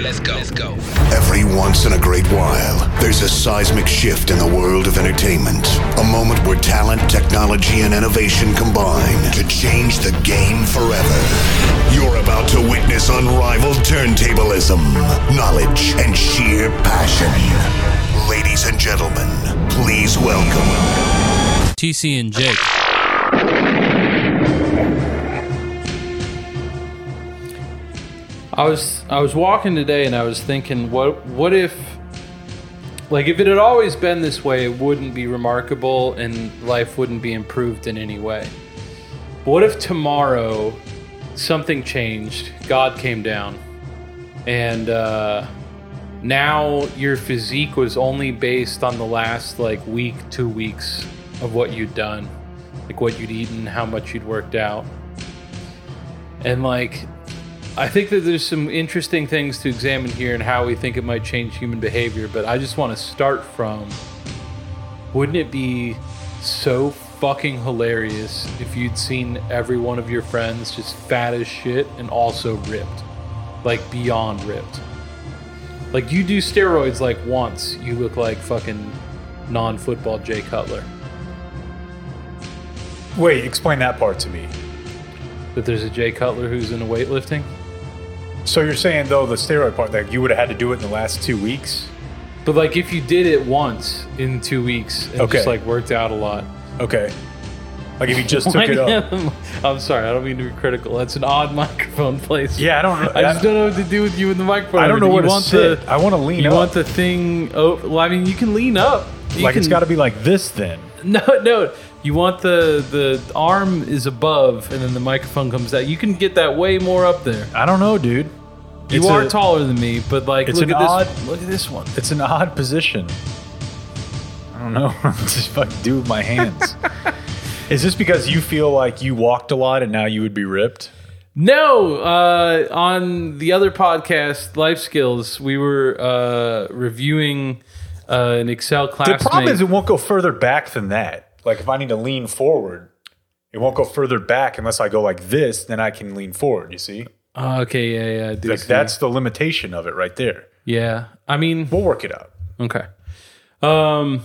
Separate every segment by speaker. Speaker 1: Let's go. Let's go.
Speaker 2: Every once in a great while, there's a seismic shift in the world of entertainment. A moment where talent, technology, and innovation combine to change the game forever. You're about to witness unrivaled turntablism, knowledge, and sheer passion. Ladies and gentlemen, please welcome.
Speaker 3: TC and Jake.
Speaker 4: I was I was walking today and I was thinking what what if like if it had always been this way it wouldn't be remarkable and life wouldn't be improved in any way. But what if tomorrow something changed, God came down and uh now your physique was only based on the last like week, two weeks of what you'd done, like what you'd eaten, how much you'd worked out. And like, I think that there's some interesting things to examine here and how we think it might change human behavior, but I just want to start from wouldn't it be so fucking hilarious if you'd seen every one of your friends just fat as shit and also ripped? Like, beyond ripped. Like you do steroids like once, you look like fucking non-football Jay Cutler.
Speaker 5: Wait, explain that part to me.
Speaker 4: But there's a Jay Cutler who's into weightlifting.
Speaker 5: So you're saying though the steroid part that you would have had to do it in the last two weeks?
Speaker 4: But like if you did it once in two weeks and
Speaker 5: Okay.
Speaker 4: just like worked out a lot.
Speaker 5: Okay. Like if you just took it up.
Speaker 4: I'm sorry, I don't mean to be critical. That's an odd microphone place.
Speaker 5: Yeah, I don't.
Speaker 4: I just don't know what to do with you in the microphone.
Speaker 5: I don't know
Speaker 4: You
Speaker 5: where to
Speaker 4: want
Speaker 5: sit.
Speaker 4: The,
Speaker 5: I want to lean
Speaker 4: you
Speaker 5: up.
Speaker 4: want the thing? Oh, well, I mean, you can lean up. You
Speaker 5: like it's
Speaker 4: can-
Speaker 5: got to be like this then.
Speaker 4: No, no. You want the the arm is above, and then the microphone comes out. You can get that way more up there.
Speaker 5: I don't know, dude.
Speaker 4: You
Speaker 5: It's
Speaker 4: are
Speaker 5: a-
Speaker 4: taller than me, but like,
Speaker 5: it's
Speaker 4: look
Speaker 5: an
Speaker 4: at this.
Speaker 5: odd-
Speaker 4: Look at this one.
Speaker 5: It's an odd position. I don't know. just fucking do with my hands. Is this because you feel like you walked a lot and now you would be ripped?
Speaker 4: No, uh, on the other podcast, Life Skills, we were uh, reviewing uh, an Excel
Speaker 5: The
Speaker 4: classmate.
Speaker 5: problem is it won't go further back than that. Like if I need to lean forward, it won't go further back unless I go like this. Then I can lean forward. You see,
Speaker 4: Oh, okay, yeah, yeah, I do
Speaker 5: like
Speaker 4: see.
Speaker 5: that's the limitation of it right there.
Speaker 4: yeah. I mean,
Speaker 5: We'll work it out.
Speaker 4: Okay. Um,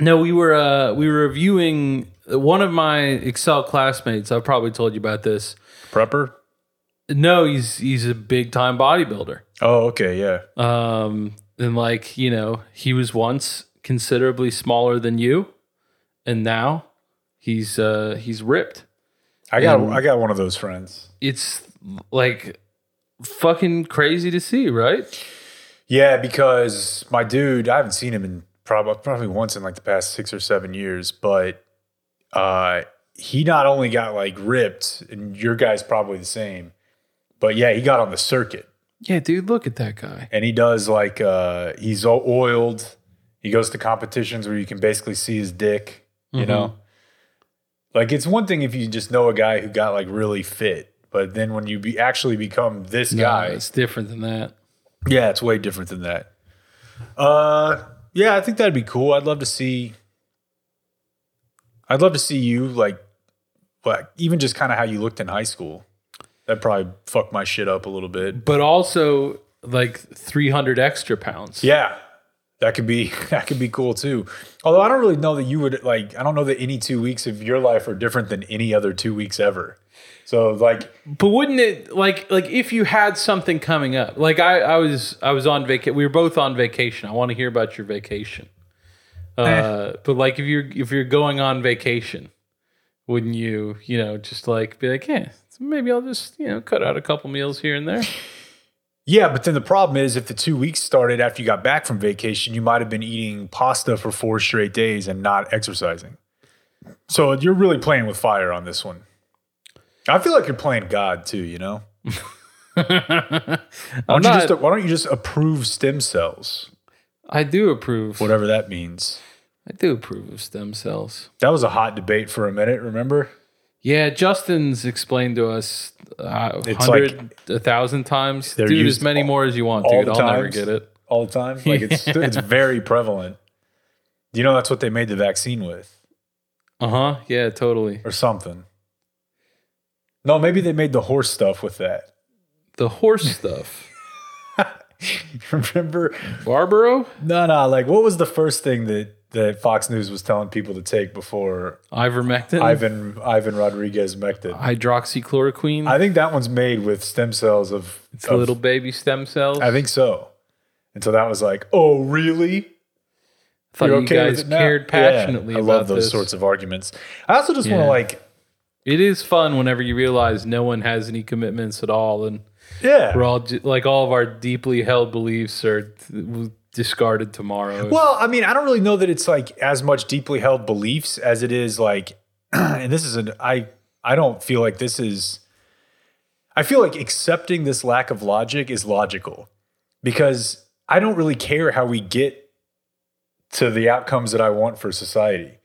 Speaker 4: no, we were uh, we were reviewing one of my Excel classmates. I've probably told you about this.
Speaker 5: Prepper.
Speaker 4: No, he's he's a big time bodybuilder.
Speaker 5: Oh, okay, yeah.
Speaker 4: Um, and like you know, he was once considerably smaller than you, and now he's uh, he's ripped.
Speaker 5: I got I got one of those friends.
Speaker 4: It's like fucking crazy to see, right?
Speaker 5: Yeah, because my dude, I haven't seen him in probably probably once in like the past six or seven years, but uh, he not only got like ripped, and your guy's probably the same, but yeah, he got on the circuit.
Speaker 4: Yeah, dude, look at that guy.
Speaker 5: and he does like uh he's all oiled he goes to competitions where you can basically see his dick you know like it's one thing if you just know a guy who got like really fit but then when you be actually become this
Speaker 4: Nah,
Speaker 5: guy
Speaker 4: it's different than that.
Speaker 5: yeah it's way different than that uh yeah i think that'd be cool i'd love to see i'd love to see you like like even just kind of how you looked in high school that probably fucked my shit up a little bit
Speaker 4: But also like 300 extra pounds.
Speaker 5: Yeah. That could be that could be cool too. Although I don't really know that you would like I don't know that any two weeks of your life are different than any other two weeks ever. So like
Speaker 4: But wouldn't it like like if you had something coming up? Like I I was I was on vacation. We were both on vacation. I want to hear about your vacation.
Speaker 5: Eh.
Speaker 4: Uh, but like if you're if you're going on vacation, wouldn't you you know just like be like yeah maybe I'll just you know cut out a couple meals here and there.
Speaker 5: yeah, but then the problem is if the two weeks started after you got back from vacation, you might have been eating pasta for four straight days and not exercising. So you're really playing with fire on this one. I feel like you're playing God too, you know? Why
Speaker 4: I'm
Speaker 5: don't, you
Speaker 4: not,
Speaker 5: just, why don't you just approve stem cells?
Speaker 4: I do approve.
Speaker 5: Whatever that means.
Speaker 4: I do approve of stem cells.
Speaker 5: That was a hot debate for a minute, remember?
Speaker 4: Yeah, Justin's explained to us uh,
Speaker 5: It's
Speaker 4: hundred a thousand times.
Speaker 5: They're
Speaker 4: Dude,
Speaker 5: used
Speaker 4: as many
Speaker 5: all-
Speaker 4: more as you want,
Speaker 5: all
Speaker 4: dude.
Speaker 5: the
Speaker 4: I'll never
Speaker 5: times.
Speaker 4: get it.
Speaker 5: all the time. Like it's it's very prevalent. You know, that's what they made the vaccine with,
Speaker 4: Uh huh. Yeah, totally.
Speaker 5: or something. No, maybe they made the horse stuff with that.
Speaker 4: the horse stuff.
Speaker 5: Remember?
Speaker 4: Barbaro,
Speaker 5: No, no. Like, what was the first thing that that Fox News was telling people to take before
Speaker 4: ivermectin,
Speaker 5: Ivan Ivan Rodriguez mectin?
Speaker 4: hydroxychloroquine,
Speaker 5: I think that one's made with stem cells of.
Speaker 4: it's
Speaker 5: of-
Speaker 4: little baby stem cells.
Speaker 5: I think so. And so that was like, oh, really?
Speaker 4: thought
Speaker 5: You're
Speaker 4: you
Speaker 5: okay with
Speaker 4: guys
Speaker 5: it now?
Speaker 4: cared passionately
Speaker 5: Yeah, I
Speaker 4: about
Speaker 5: love those
Speaker 4: this.
Speaker 5: sorts of arguments. I also just want
Speaker 4: Yeah.
Speaker 5: to like,
Speaker 4: It is fun whenever you realize no one has any commitments at all, and
Speaker 5: yeah.
Speaker 4: we're all ju- like all of our deeply held beliefs are th- discarded tomorrow.
Speaker 5: Well, I mean, I don't really know that it's like as much deeply held beliefs as it is like, and this is an I I don't feel like this is. I feel like accepting this lack of logic is logical, because I don't really care how we get to the outcomes that I want for society.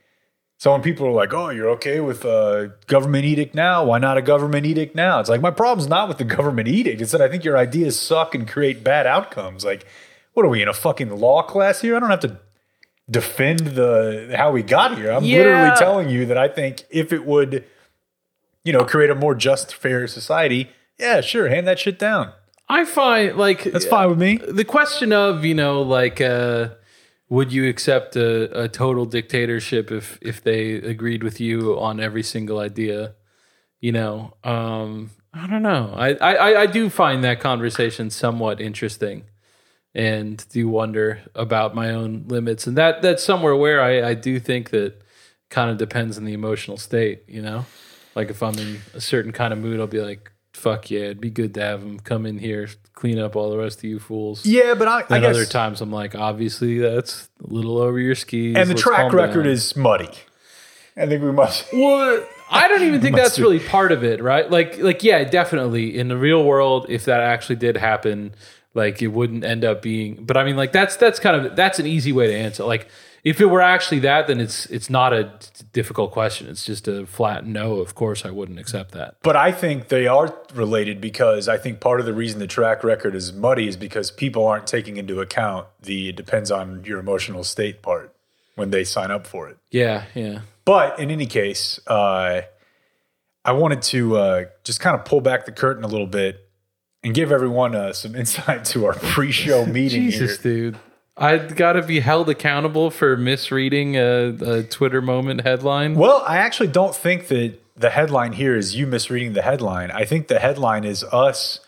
Speaker 5: So when people are like, "Oh, you're okay with a government edict now? Why not a government edict now?" It's like my problem's not with the government edict. It's that I think your ideas suck and create bad outcomes. Like, what are we in a fucking law class here? I don't have to defend the how we got here. I'm
Speaker 4: Yeah.
Speaker 5: literally telling you that I think if it would, you know, create a more just, fair society, yeah, sure, hand that shit down.
Speaker 4: I find like
Speaker 5: That's fine with me.
Speaker 4: the question of you know like uh would you accept a, a total dictatorship if if they agreed with you on every single idea you know um i don't know i i I- i do find that conversation somewhat interesting and do wonder about my own limits and that that's somewhere where i i do think that kind of depends on the emotional state you know like if i'm in a certain kind of mood i'll be like fuck yeah it'd be good to have them come in here clean up all the rest of you fools
Speaker 5: Yeah, but I, I
Speaker 4: and
Speaker 5: guess
Speaker 4: other times I'm like, obviously that's a little over your skis.
Speaker 5: and the
Speaker 4: Let's
Speaker 5: track
Speaker 4: calm
Speaker 5: record
Speaker 4: down.
Speaker 5: is muddy. I think we must.
Speaker 4: Well, I don't even think
Speaker 5: Must
Speaker 4: that's
Speaker 5: be.
Speaker 4: really part of it, right? Like, like yeah, definitely in the real world, if that actually did happen, like it wouldn't end up being. But I mean, like that's that's kind of that's an easy way to answer. Like, if it were actually that, then it's it's not a difficult question. It's just a flat no. Of course, I wouldn't accept that.
Speaker 5: But I think they are related because I think part of the reason the track record is muddy is because people aren't taking into account the it depends on your emotional state part when they sign up for it.
Speaker 4: Yeah, yeah.
Speaker 5: But in any case, uh, I wanted to uh, just kind of pull back the curtain a little bit and give everyone uh, some insight to our pre-show meeting
Speaker 4: Jesus,
Speaker 5: here.
Speaker 4: dude. I gotta be held accountable for misreading a, a Twitter moment headline.
Speaker 5: Well, I actually don't think that the headline here is you misreading the headline. I think the headline is us,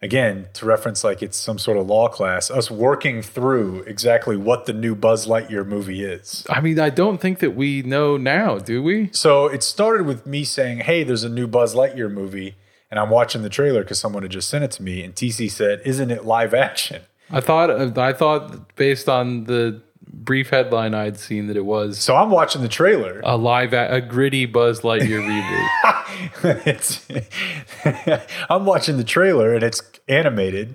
Speaker 5: again, to reference like it's some sort of law class, us working through exactly what the new Buzz Lightyear movie is.
Speaker 4: I mean, I don't think that we know now, do we?
Speaker 5: So it started with me saying, hey, there's a new Buzz Lightyear movie. And I'm watching the trailer because someone had just sent it to me. And TC said, isn't it live action?
Speaker 4: I thought I thought based on the brief headline I'd seen that it was
Speaker 5: So I'm watching the trailer.
Speaker 4: a live a, a gritty Buzz Lightyear reboot.
Speaker 5: it's, I'm watching the trailer and it's animated.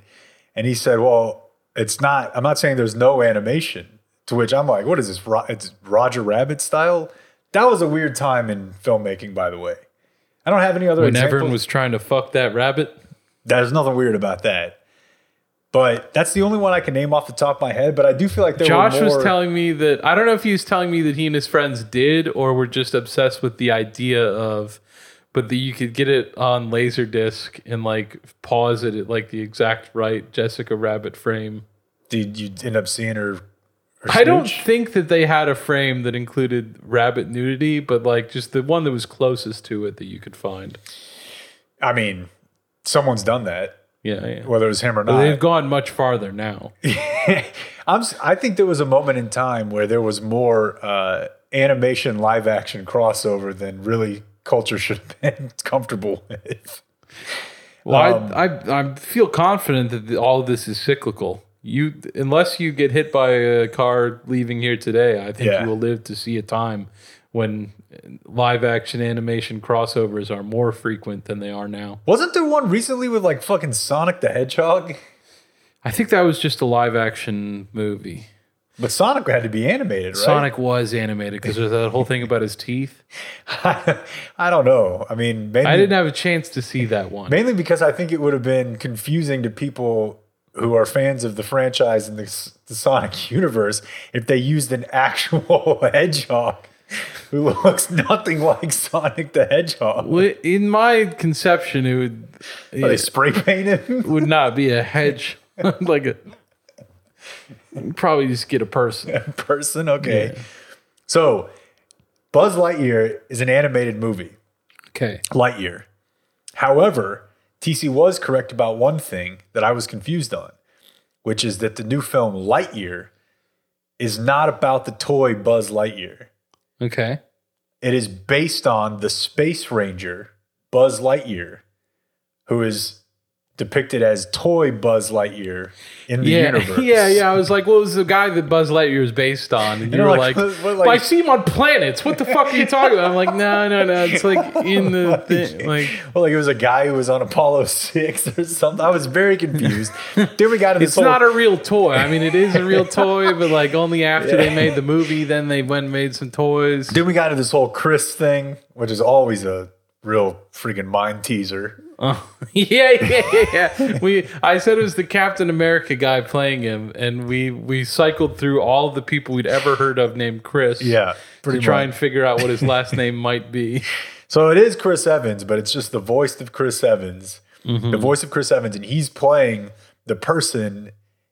Speaker 5: And he said, Well, it's not, I'm not saying there's no animation. To which I'm like, What is this? Ro- It's Roger Rabbit style? That was a weird time in filmmaking, by the way. I don't have any other
Speaker 4: When everyone
Speaker 5: examples.
Speaker 4: was trying to fuck that rabbit.
Speaker 5: There's nothing weird about that. But that's the only one I can name off the top of my head. But I do feel like there
Speaker 4: Josh
Speaker 5: were more,
Speaker 4: was telling me that I don't know if he was telling me that he and his friends did or were just obsessed with the idea of but that you could get it on Laserdisc and like pause it at like the exact right Jessica Rabbit frame.
Speaker 5: Did you end up seeing her? her
Speaker 4: I don't
Speaker 5: smooch?
Speaker 4: think that they had a frame that included rabbit nudity, but like just the one that was closest to it that you could find.
Speaker 5: I mean, someone's done that,
Speaker 4: Yeah, yeah.
Speaker 5: whether it was him or not.
Speaker 4: They've gone much farther now.
Speaker 5: I'm, s- I think there was a moment in time where there was more uh, animation live action crossover than really culture should have been comfortable with.
Speaker 4: Well, I,
Speaker 5: Um,
Speaker 4: I I feel confident that the, all of this is cyclical. You unless you get hit by a car leaving here today, I think
Speaker 5: Yeah.
Speaker 4: you will live to see a time when live action animation crossovers are more frequent than they are now.
Speaker 5: Wasn't there one recently with like fucking Sonic the Hedgehog?
Speaker 4: I think that was just a live action movie.
Speaker 5: But Sonic had to be animated, right?
Speaker 4: Sonic was animated because there's that whole thing about his teeth.
Speaker 5: I don't know. I mean, mainly,
Speaker 4: I didn't have a chance to see that one.
Speaker 5: mainly because I think it would have been confusing to people who are fans of the franchise and the, s- the Sonic universe if they used an actual hedgehog. who looks nothing like Sonic the Hedgehog.
Speaker 4: Wi- In my conception, it would
Speaker 5: Are they spray painted him?
Speaker 4: would not be a hedge, like a probably just get a person.
Speaker 5: Person, okay. So, Buzz Lightyear is an animated movie.
Speaker 4: Okay,
Speaker 5: Lightyear. However, TC was correct about one thing that I was confused on, which is that the new film Lightyear is not about the toy Buzz Lightyear.
Speaker 4: okay,
Speaker 5: It is based on the Space Ranger Buzz Lightyear, who is depicted as toy Buzz Lightyear in the
Speaker 4: yeah,
Speaker 5: universe.
Speaker 4: yeah, yeah. I was like, what was the guy that Buzz Lightyear is based on? And you
Speaker 5: know,
Speaker 4: were like,
Speaker 5: like, what- what, like-
Speaker 4: "But I see him on planets. What the fuck are you talking about? I'm like, no, no, no. It's like in the thing, like.
Speaker 5: Well, like it was a guy who was on Apollo six or something. I was very confused. then we got into this
Speaker 4: It's
Speaker 5: whole-
Speaker 4: not a real toy. I mean, it is a real toy, but like only after they made the movie, then they went and made some toys.
Speaker 5: Then we got into this whole Chris thing, which is always a real freaking mind teaser.
Speaker 4: yeah, yeah, yeah, yeah. We I said it was the Captain America guy playing him, and we we cycled through all the people we'd ever heard of named Chris.
Speaker 5: Yeah,
Speaker 4: to
Speaker 5: pretty
Speaker 4: try
Speaker 5: much.
Speaker 4: and figure out what his last name might be.
Speaker 5: So it is Chris Evans, but it's just the voice of Chris Evans,
Speaker 4: Mm-hmm.
Speaker 5: the voice of Chris Evans, and he's playing the person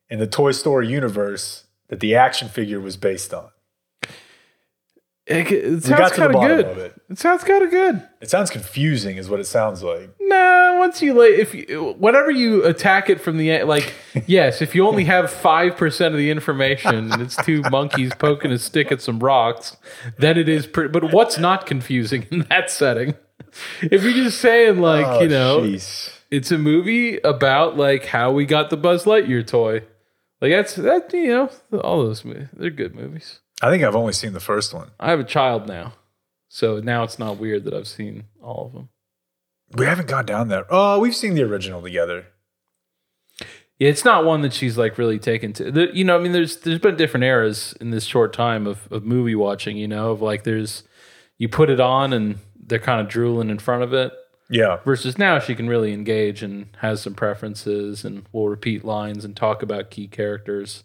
Speaker 5: in the Toy Story universe that the action figure was based on.
Speaker 4: It, it
Speaker 5: We
Speaker 4: sounds
Speaker 5: got to the
Speaker 4: kind of
Speaker 5: bottom
Speaker 4: good.
Speaker 5: of it.
Speaker 4: It sounds kind of good.
Speaker 5: It sounds confusing, is what it sounds like.
Speaker 4: Nah, once you like, if you, whenever you attack it from the end, like, yes, if you only have five percent of the information and it's two monkeys poking a stick at some rocks, then it is pretty. But what's not confusing in that setting? If you're just saying like,
Speaker 5: Oh,
Speaker 4: you know,
Speaker 5: jeez.
Speaker 4: it's a movie about like how we got the Buzz Lightyear toy. Like that's that you know all those movies they're good movies.
Speaker 5: I think I've only seen the first one.
Speaker 4: I have a child now, so now it's not weird that I've seen all of them.
Speaker 5: We haven't gone down there. Oh, we've seen the original together.
Speaker 4: Yeah, it's not one that she's like really taken to. The, you know, I mean, there's there's been different eras in this short time of of movie watching. You know, of like there's you put it on and they're kind of drooling in front of it.
Speaker 5: Yeah,
Speaker 4: Versus now, she can really engage and has some preferences and will repeat lines and talk about key characters.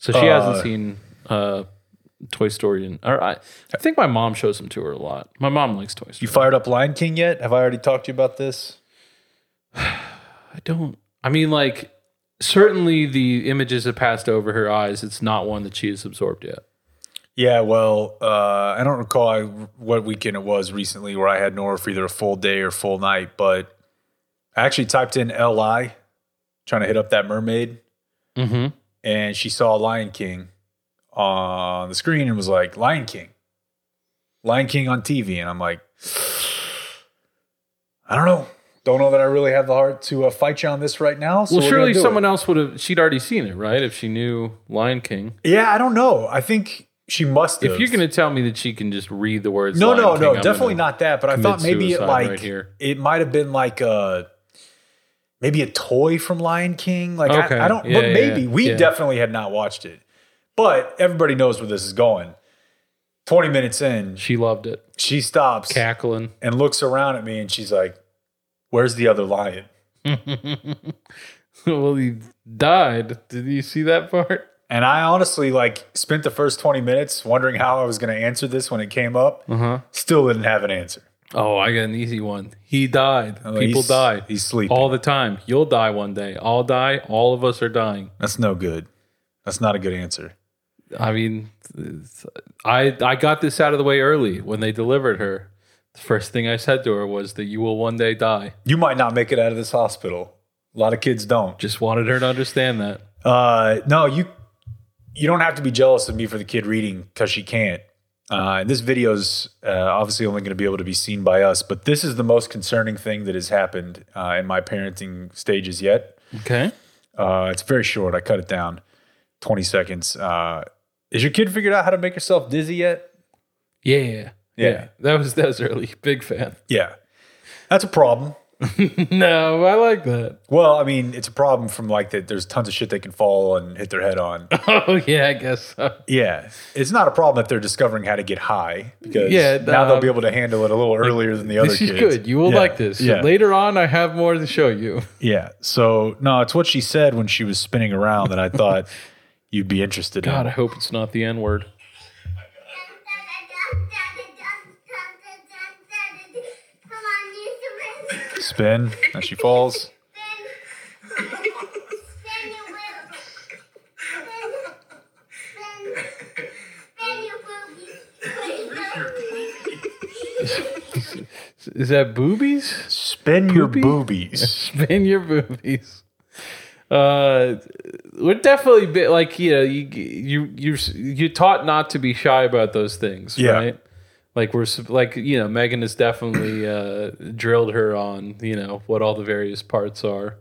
Speaker 4: So she
Speaker 5: Uh,
Speaker 4: hasn't seen uh, Toy Story, and or I, I think my mom shows them to her a lot. My mom likes Toy
Speaker 5: you
Speaker 4: Story.
Speaker 5: fired up Lion King yet? Have I already talked to you about this?
Speaker 4: I don't. I mean, like certainly the images have passed over her eyes. It's not one that she has absorbed yet.
Speaker 5: Yeah, well, uh, I don't recall I, what weekend it was recently where I had Nora for either a full day or full night, but I actually typed in LI, trying to hit up that mermaid,
Speaker 4: Mm-hmm.
Speaker 5: and she saw Lion King on the screen and was like, Lion King, Lion King on TV. And I'm like, I don't know. Don't know that I really have the heart to uh, fight you on this right now. So
Speaker 4: well,
Speaker 5: we're gonna
Speaker 4: surely
Speaker 5: do it.
Speaker 4: someone else would have. She'd already seen it, right? If she knew Lion King.
Speaker 5: Yeah, I don't know. I think she must have.
Speaker 4: If you're going to tell me that she can just read the words,
Speaker 5: no,
Speaker 4: Lion
Speaker 5: no,
Speaker 4: King,
Speaker 5: no,
Speaker 4: I'm
Speaker 5: definitely
Speaker 4: gonna-
Speaker 5: not that. But I
Speaker 4: commit
Speaker 5: thought maybe it
Speaker 4: suicide
Speaker 5: like
Speaker 4: right here.
Speaker 5: it might have been like a maybe a toy from Lion King. Like
Speaker 4: Okay.
Speaker 5: I, I don't,
Speaker 4: Yeah,
Speaker 5: but
Speaker 4: yeah,
Speaker 5: maybe
Speaker 4: yeah.
Speaker 5: we
Speaker 4: Yeah.
Speaker 5: definitely had not watched it. But everybody knows where this is going. Twenty minutes in,
Speaker 4: She loved it,
Speaker 5: she stops
Speaker 4: cackling.
Speaker 5: and looks around at me, and she's like, "Where's the other lion?"
Speaker 4: well, he died. Did you see that part?
Speaker 5: And I honestly like spent the first twenty minutes wondering how I was going to answer this when it came up.
Speaker 4: Uh-huh.
Speaker 5: Still didn't have an answer.
Speaker 4: Oh, I got an easy one. He died.
Speaker 5: Oh,
Speaker 4: People
Speaker 5: he's-
Speaker 4: die.
Speaker 5: he's sleeping.
Speaker 4: all the time. You'll die one day. I'll die. All of us are dying.
Speaker 5: That's no good. That's not a good answer.
Speaker 4: I mean, I I got this out of the way early when they delivered her. The first thing I said to her was that you will one day die.
Speaker 5: you might not make it out of this hospital. A lot of kids don't.
Speaker 4: Just wanted her to understand that.
Speaker 5: Uh, no, you you don't have to be jealous of me for the kid reading because she can't. Uh, and this video's uh, obviously only going to be able to be seen by us, but this is the most concerning thing that has happened uh, in my parenting stages yet.
Speaker 4: Okay.
Speaker 5: Uh, it's very short. I cut it down, twenty seconds. Uh, is your kid figured out how to make herself dizzy yet?
Speaker 4: Yeah. Yeah.
Speaker 5: Yeah.
Speaker 4: That was that was early. Big fan.
Speaker 5: Yeah, that's a problem.
Speaker 4: no, I like that.
Speaker 5: Well, I mean, it's a problem from like that. There's tons of shit they can fall and hit their head on.
Speaker 4: Oh yeah, I guess so.
Speaker 5: Yeah, it's not a problem that they're discovering how to get high because
Speaker 4: Yeah,
Speaker 5: now they'll
Speaker 4: uh,
Speaker 5: be able to handle it a little earlier than the other
Speaker 4: This
Speaker 5: kids.
Speaker 4: is good. You will
Speaker 5: Yeah,
Speaker 4: like this.
Speaker 5: Yeah,
Speaker 4: Later on, I have more to show you.
Speaker 5: yeah. So no, it's what she said when she was spinning around that I thought you'd be interested
Speaker 4: God, I
Speaker 5: in.
Speaker 4: hope it's not the N word.
Speaker 5: spin, and she falls.
Speaker 4: Is that boobies?
Speaker 5: Spin your
Speaker 4: Poopy?
Speaker 5: boobies.
Speaker 4: Spin your boobies. Uh, we're definitely bit like you know you you you you taught not to be shy about those things,
Speaker 5: Yeah.
Speaker 4: right? Like we're sup- like you know Megan has definitely uh, drilled her on you know what all the various parts are.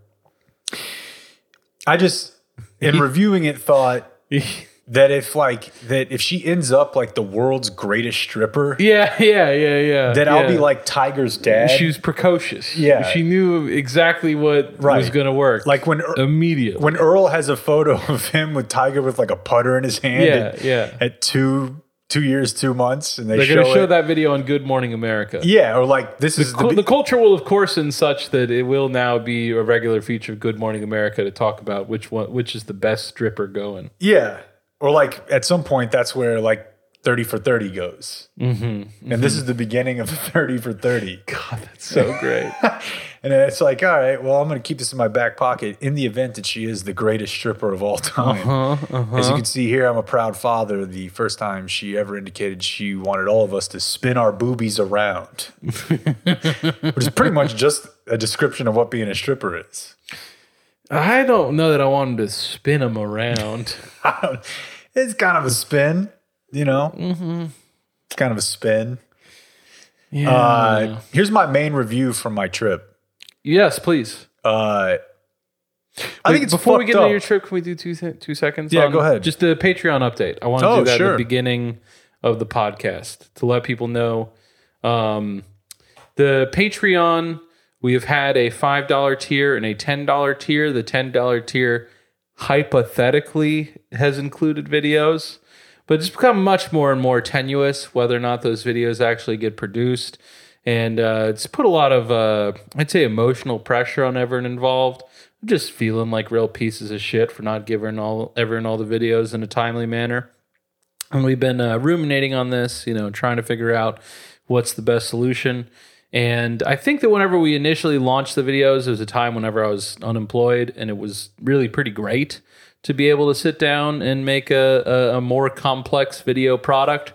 Speaker 5: I just in reviewing it thought that if like that if she ends up like the world's greatest stripper,
Speaker 4: Yeah, yeah, yeah, yeah.
Speaker 5: then I'll be
Speaker 4: yeah.
Speaker 5: like Tiger's dad.
Speaker 4: she was precocious.
Speaker 5: Yeah.
Speaker 4: she knew exactly what was
Speaker 5: Right.
Speaker 4: going to work.
Speaker 5: like when Er-
Speaker 4: immediately.
Speaker 5: when Earl has a photo of him with Tiger with like a putter in his hand.
Speaker 4: Yeah,
Speaker 5: at,
Speaker 4: yeah.
Speaker 5: At two two years two months, and they
Speaker 4: They're
Speaker 5: show,
Speaker 4: going to show
Speaker 5: it.
Speaker 4: that video on Good Morning America.
Speaker 5: Yeah, or like this is
Speaker 4: Cul-
Speaker 5: the,
Speaker 4: the culture will, of course, in such that it will now be a regular feature of Good Morning America to talk about which one, which is the best stripper going.
Speaker 5: Yeah. Or like at some point, that's where like 30 for 30 goes.
Speaker 4: Mm-hmm,
Speaker 5: And this is the beginning of 30 for 30.
Speaker 4: God, that's so great.
Speaker 5: And it's like, all right, well, I'm going to keep this in my back pocket in the event that she is the greatest stripper of all time.
Speaker 4: Uh-huh,
Speaker 5: As you can see here, I'm a proud father. The first time she ever indicated she wanted all of us to spin our boobies around, which is pretty much just a description of what being a stripper is.
Speaker 4: I don't know that I wanted to spin them around.
Speaker 5: I don't- it's kind of a spin, you know? It's kind of a spin.
Speaker 4: Mm-hmm. Yeah.
Speaker 5: Uh, here's my main review from my trip.
Speaker 4: yes, please.
Speaker 5: Uh, I think it's
Speaker 4: before we
Speaker 5: fucked
Speaker 4: get
Speaker 5: up.
Speaker 4: into your trip. Can we do two se- two seconds?
Speaker 5: Yeah,
Speaker 4: on
Speaker 5: go ahead.
Speaker 4: Just the Patreon update. I want to
Speaker 5: Oh,
Speaker 4: do that at
Speaker 5: sure.
Speaker 4: the beginning of the podcast to let people know. Um, the Patreon, we have had a five dollar tier and a ten dollar tier. The ten dollar tier hypothetically has included videos, but it's become much more and more tenuous whether or not those videos actually get produced. And uh, it's put a lot of, uh, I'd say, emotional pressure on everyone involved. I'm just feeling like real pieces of shit for not giving all everyone all the videos in a timely manner. And we've been uh, ruminating on this, you know, trying to figure out what's the best solution. And I think that whenever we initially launched the videos, it was a time whenever I was unemployed, and it was really pretty great to be able to sit down and make a, a, a more complex video product.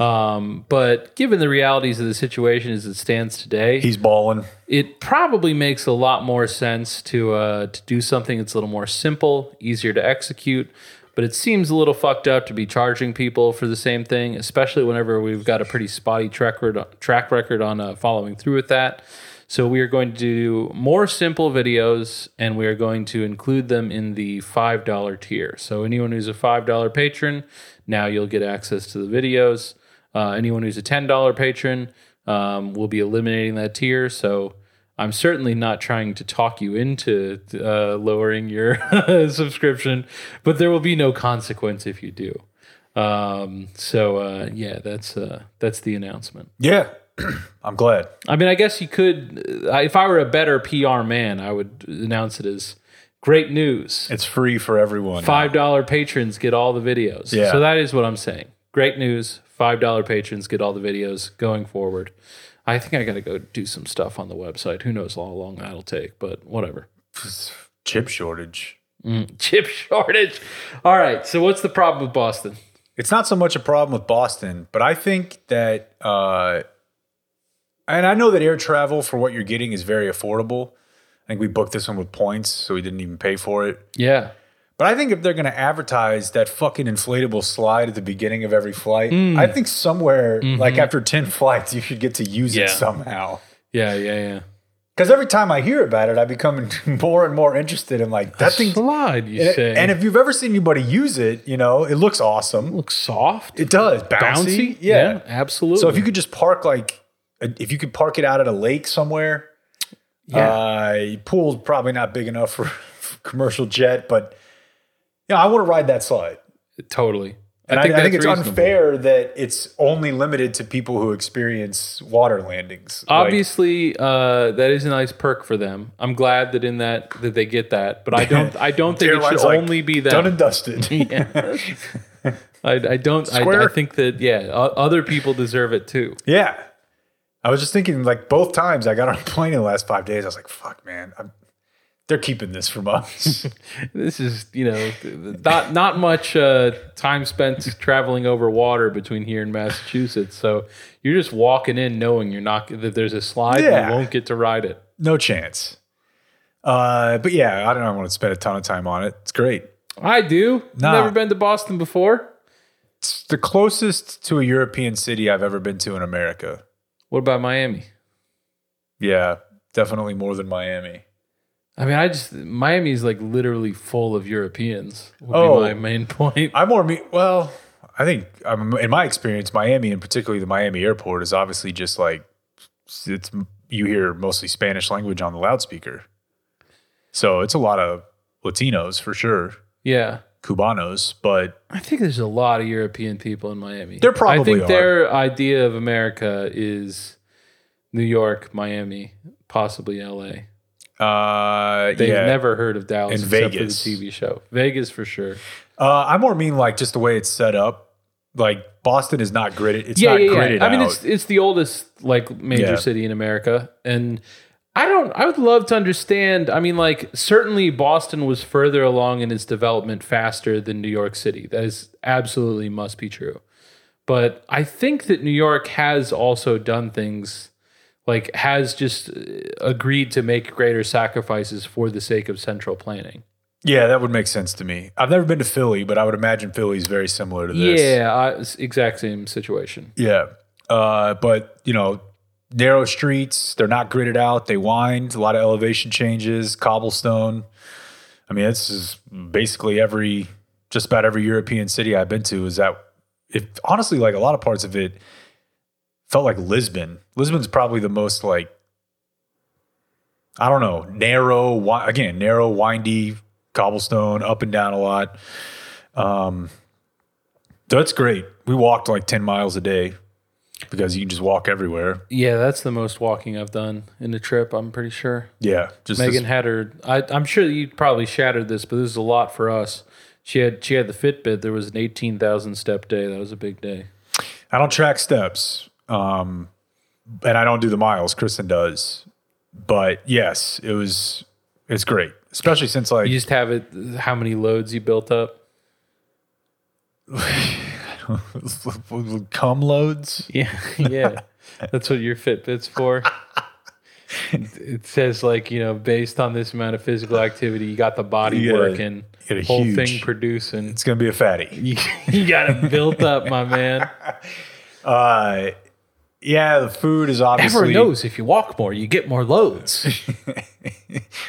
Speaker 4: Um, but given the realities of the situation as it stands today,
Speaker 5: He's balling.
Speaker 4: it probably makes a lot more sense to uh, to do something that's a little more simple, easier to execute. But it seems a little fucked up to be charging people for the same thing, especially whenever we've got a pretty spotty track record, track record on uh, following through with that. So we are going to do more simple videos, and we are going to include them in the five dollar tier. So anyone who's a five dollar patron, now you'll get access to the videos. Uh, anyone who's a ten dollar patron um, will be eliminating that tier. So I'm certainly not trying to talk you into uh, lowering your subscription, but there will be no consequence if you do. Um, so uh, yeah, that's uh, that's the announcement.
Speaker 5: Yeah, I'm glad.
Speaker 4: I mean, I guess you could. uh, If I were a better PR man, I would announce it as great news.
Speaker 5: It's free for everyone.
Speaker 4: Five dollar patrons get all the videos.
Speaker 5: Yeah.
Speaker 4: So that is what I'm saying. Great news. Five dollar patrons get all the videos going forward. I think I got to go do some stuff on the website. Who knows how long that'll take, but whatever.
Speaker 5: Chip shortage.
Speaker 4: Chip shortage. All right. So what's the problem with Boston?
Speaker 5: It's not so much a problem with Boston, but I think that, uh, and I know that air travel for what you're getting is very affordable. I think we booked this one with points, so we didn't even pay for it.
Speaker 4: Yeah.
Speaker 5: But I think if they're going to advertise that fucking inflatable slide at the beginning of every flight,
Speaker 4: Mm.
Speaker 5: I think somewhere like after 10 flights, you should get to use
Speaker 4: Mm-hmm. Yeah.
Speaker 5: it somehow.
Speaker 4: Yeah. Yeah. Yeah.
Speaker 5: Because every time I hear about it, I become more and more interested in like that thing.
Speaker 4: slide. You
Speaker 5: And,
Speaker 4: say.
Speaker 5: and if you've ever seen anybody use it, you know, it looks awesome.
Speaker 4: looks soft,
Speaker 5: It does. Bouncy.
Speaker 4: bouncy. Absolutely.
Speaker 5: So if you could just park like, if you could park it out at a lake somewhere,
Speaker 4: Yeah.
Speaker 5: uh, pool's probably not big enough for, for commercial jet, but yeah, I want to ride that slide.
Speaker 4: Totally.
Speaker 5: And I I think,
Speaker 4: that's
Speaker 5: it's
Speaker 4: reasonable.
Speaker 5: unfair that it's only limited to people who experience water landings. Like,
Speaker 4: Obviously, uh, that is a nice perk for them. I'm glad that in that that they get that, but I don't. I don't think it should
Speaker 5: airlines, like,
Speaker 4: only be
Speaker 5: done
Speaker 4: that.
Speaker 5: and dusted.
Speaker 4: Yeah. I, I don't. I, I
Speaker 5: Square.
Speaker 4: think that yeah, o- other people deserve it too.
Speaker 5: yeah. I was just thinking, like both times I got on a plane in the last five days, I was like, "Fuck, man, I'm, they're keeping this from us."
Speaker 4: This is, you know, th- th- not not much uh, time spent traveling over water between here and Massachusetts. So you're just walking in knowing you're not that there's a slide and
Speaker 5: Yeah.
Speaker 4: you won't get to ride it.
Speaker 5: no chance. Uh, but yeah, I don't know. I want to spend a ton of time on it. It's great.
Speaker 4: I do.
Speaker 5: Nah.
Speaker 4: Never been to Boston before.
Speaker 5: It's the closest to a European city I've ever been to in America.
Speaker 4: What about Miami?
Speaker 5: Yeah, definitely more than Miami.
Speaker 4: I mean, I just Miami is like literally full of Europeans. Would
Speaker 5: Oh.
Speaker 4: be my main point.
Speaker 5: I more me. Well, I think um, in my experience, Miami and particularly the Miami airport is obviously just like it's you hear mostly Spanish language on the loudspeaker, so it's a lot of Latinos for sure,
Speaker 4: Yeah,
Speaker 5: Cubanos, but
Speaker 4: I think there's a lot of European people in Miami.
Speaker 5: There probably
Speaker 4: I think
Speaker 5: are.
Speaker 4: their idea of America is New York, Miami, possibly L.A.
Speaker 5: uh,
Speaker 4: They've
Speaker 5: yeah.
Speaker 4: never heard of Dallas
Speaker 5: And
Speaker 4: except
Speaker 5: Vegas.
Speaker 4: for the TV show. Vegas for sure.
Speaker 5: Uh, I more mean like just the way it's set up. Like Boston is not gridded. It's not gridded.
Speaker 4: I mean,
Speaker 5: out.
Speaker 4: it's it's the oldest like major
Speaker 5: Yeah.
Speaker 4: city in America, and I don't. I would love to understand. I mean, like certainly Boston was further along in its development faster than New York City. That is absolutely must be true. But I think that New York has also done things like has just uh, agreed to make greater sacrifices for the sake of central planning.
Speaker 5: yeah, that would make sense to me. I've never been to Philly, but I would imagine Philly is very similar to this.
Speaker 4: Yeah, I, it's exact same situation.
Speaker 5: Yeah. Uh, but, you know, narrow streets, they're not gridded out, they wind, a lot of elevation changes, cobblestone. I mean, this is basically every, just about every European city I've been to is that, if honestly, like a lot of parts of it felt like Lisbon. Lisbon's probably the most like, I don't know, narrow, wi- again, narrow, windy, cobblestone, up and down a lot. Um, that's great. We walked like 10 miles a day because you can just walk everywhere.
Speaker 4: Yeah, that's the most walking I've done in a trip. I'm pretty sure.
Speaker 5: Yeah. Just
Speaker 4: Megan
Speaker 5: this-
Speaker 4: had her. I, I'm sure you probably shattered this, but this is a lot for us. She had she had the Fitbit. There was an eighteen thousand step day. That was a big day.
Speaker 5: I don't track steps. Um, and I don't do the miles. Kristen does. But yes, it was, it's great. Especially since like,
Speaker 4: You just have it. How many loads you built up?
Speaker 5: cum loads.
Speaker 4: Yeah, yeah. That's what your Fitbit's for. It says like you know, based on this amount of physical activity, you got the body
Speaker 5: You get a-
Speaker 4: working,
Speaker 5: you get a
Speaker 4: whole
Speaker 5: huge-
Speaker 4: thing producing.
Speaker 5: It's going to be a fatty.
Speaker 4: You, you got it built up, my man.
Speaker 5: Uh, yeah, the food is obviously.
Speaker 4: Everyone knows if you walk more, you get more loads.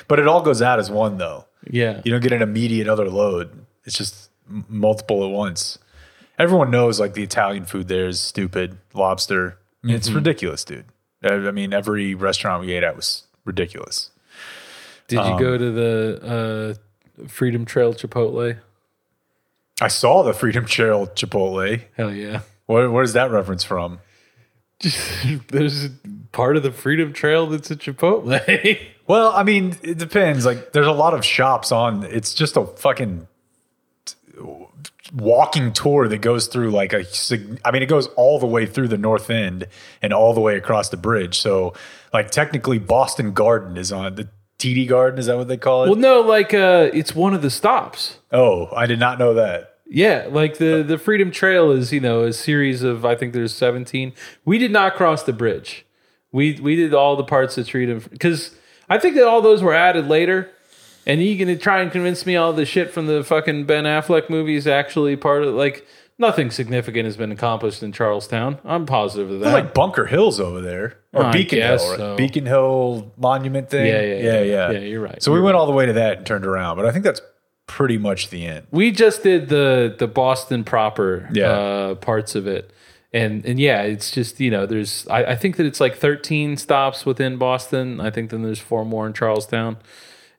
Speaker 5: But it all goes out as one though.
Speaker 4: Yeah,
Speaker 5: you don't get an immediate other load. It's just m- multiple at once. Everyone knows like the Italian food there is stupid. Lobster, I mean, it's
Speaker 4: Mm-hmm.
Speaker 5: ridiculous, dude. I, I mean, every restaurant we ate at was ridiculous.
Speaker 4: Did you go to the uh, Freedom Trail Chipotle?
Speaker 5: I saw the Freedom Trail Chipotle.
Speaker 4: Hell yeah.
Speaker 5: Where, where is that reference from?
Speaker 4: Just, there's a part of the Freedom Trail that's a Chipotle.
Speaker 5: Well, I mean, it depends. Like, there's a lot of shops on. It's just a fucking t- walking tour that goes through like a. sig- I mean, it goes all the way through the North End and all the way across the bridge. So, like, technically, Boston Garden is on the TD Garden. Is that what they call it?
Speaker 4: well, no, like uh, it's one of the stops.
Speaker 5: oh, I did not know that.
Speaker 4: Yeah, like the the Freedom Trail is you know a series of I think there's 17. We did not cross the bridge. We we did all the parts of Freedom because I think that all those were added later. And you gonna try and convince me all the shit from the fucking Ben Affleck movie is actually part of like nothing significant has been accomplished in Charlestown. I'm positive of that.
Speaker 5: They're like Bunker Hills over there or
Speaker 4: I
Speaker 5: Beacon Hill,
Speaker 4: guess
Speaker 5: right?
Speaker 4: so.
Speaker 5: Beacon Hill Monument thing.
Speaker 4: Yeah, yeah, yeah.
Speaker 5: yeah, yeah.
Speaker 4: Yeah, you're right.
Speaker 5: So we
Speaker 4: You're
Speaker 5: went all the way to that and turned around, but I think that's pretty much the end.
Speaker 4: we just did the the Boston proper
Speaker 5: Yeah.
Speaker 4: uh, parts of it, and and yeah, it's just you know there's I, I think that it's like 13 stops within Boston. I think then there's four more in Charlestown,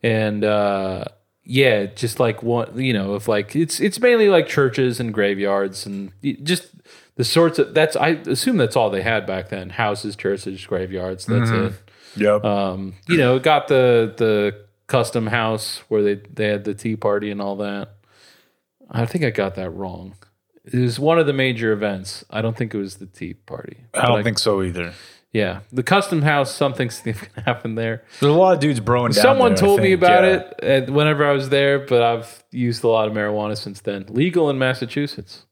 Speaker 4: and uh, yeah, just like one you know of like it's it's mainly like churches and graveyards and y- just the sorts of that's I assume that's all they had back then houses, churches, graveyards. That's it
Speaker 5: Yep.
Speaker 4: um, you know, got the the custom house where they they had the tea party and all that. I think I got that wrong. It was one of the major events. I don't think it was the tea party.
Speaker 5: I don't think so either.
Speaker 4: yeah, the custom house, something significant happened there.
Speaker 5: There's a lot of dudes broing down.
Speaker 4: Someone
Speaker 5: there, I
Speaker 4: told me
Speaker 5: think,
Speaker 4: about
Speaker 5: yeah.
Speaker 4: it uh, whenever I was there, but I've used a lot of marijuana since then. Legal in Massachusetts.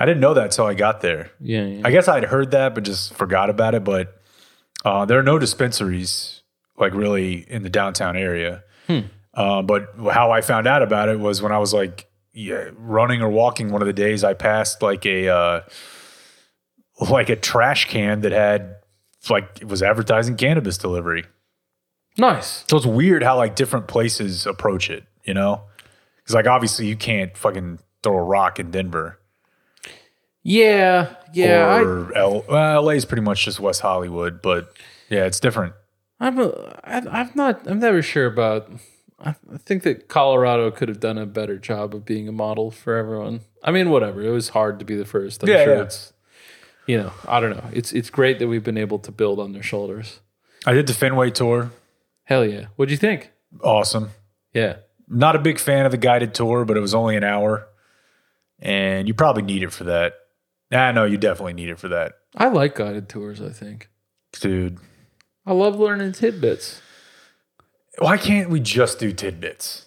Speaker 5: I didn't know that until I got there.
Speaker 4: Yeah, yeah.
Speaker 5: I guess I'd heard that, but just forgot about it. But uh, there are no dispensaries like really in the downtown area. Uh, but how I found out about it was when I was like yeah, running or walking one of the days, I passed like a uh, like a trash can that had like it was advertising cannabis delivery.
Speaker 4: nice.
Speaker 5: So it's weird how like different places approach it, you know? Because like obviously you can't fucking throw a rock in Denver.
Speaker 4: Yeah, yeah. I,
Speaker 5: or L- well, LA is pretty much just West Hollywood, but yeah, it's different.
Speaker 4: I'm a, I, I'm not. I'm never sure about. I I think that Colorado could have done a better job of being a model for everyone. I mean, whatever. It was hard to be the first. I'm
Speaker 5: Yeah,
Speaker 4: sure
Speaker 5: yeah.
Speaker 4: it's. You know, I don't know. It's it's great that we've been able to build on their shoulders.
Speaker 5: I did the Fenway tour.
Speaker 4: Hell yeah! What'd you think?
Speaker 5: Awesome.
Speaker 4: Yeah,
Speaker 5: Not a big fan of the guided tour, but it was only an hour. And you probably need it for that. I know you definitely need it for that.
Speaker 4: I like guided tours. I think
Speaker 5: Dude.
Speaker 4: I love learning tidbits.
Speaker 5: Why can't we just do tidbits?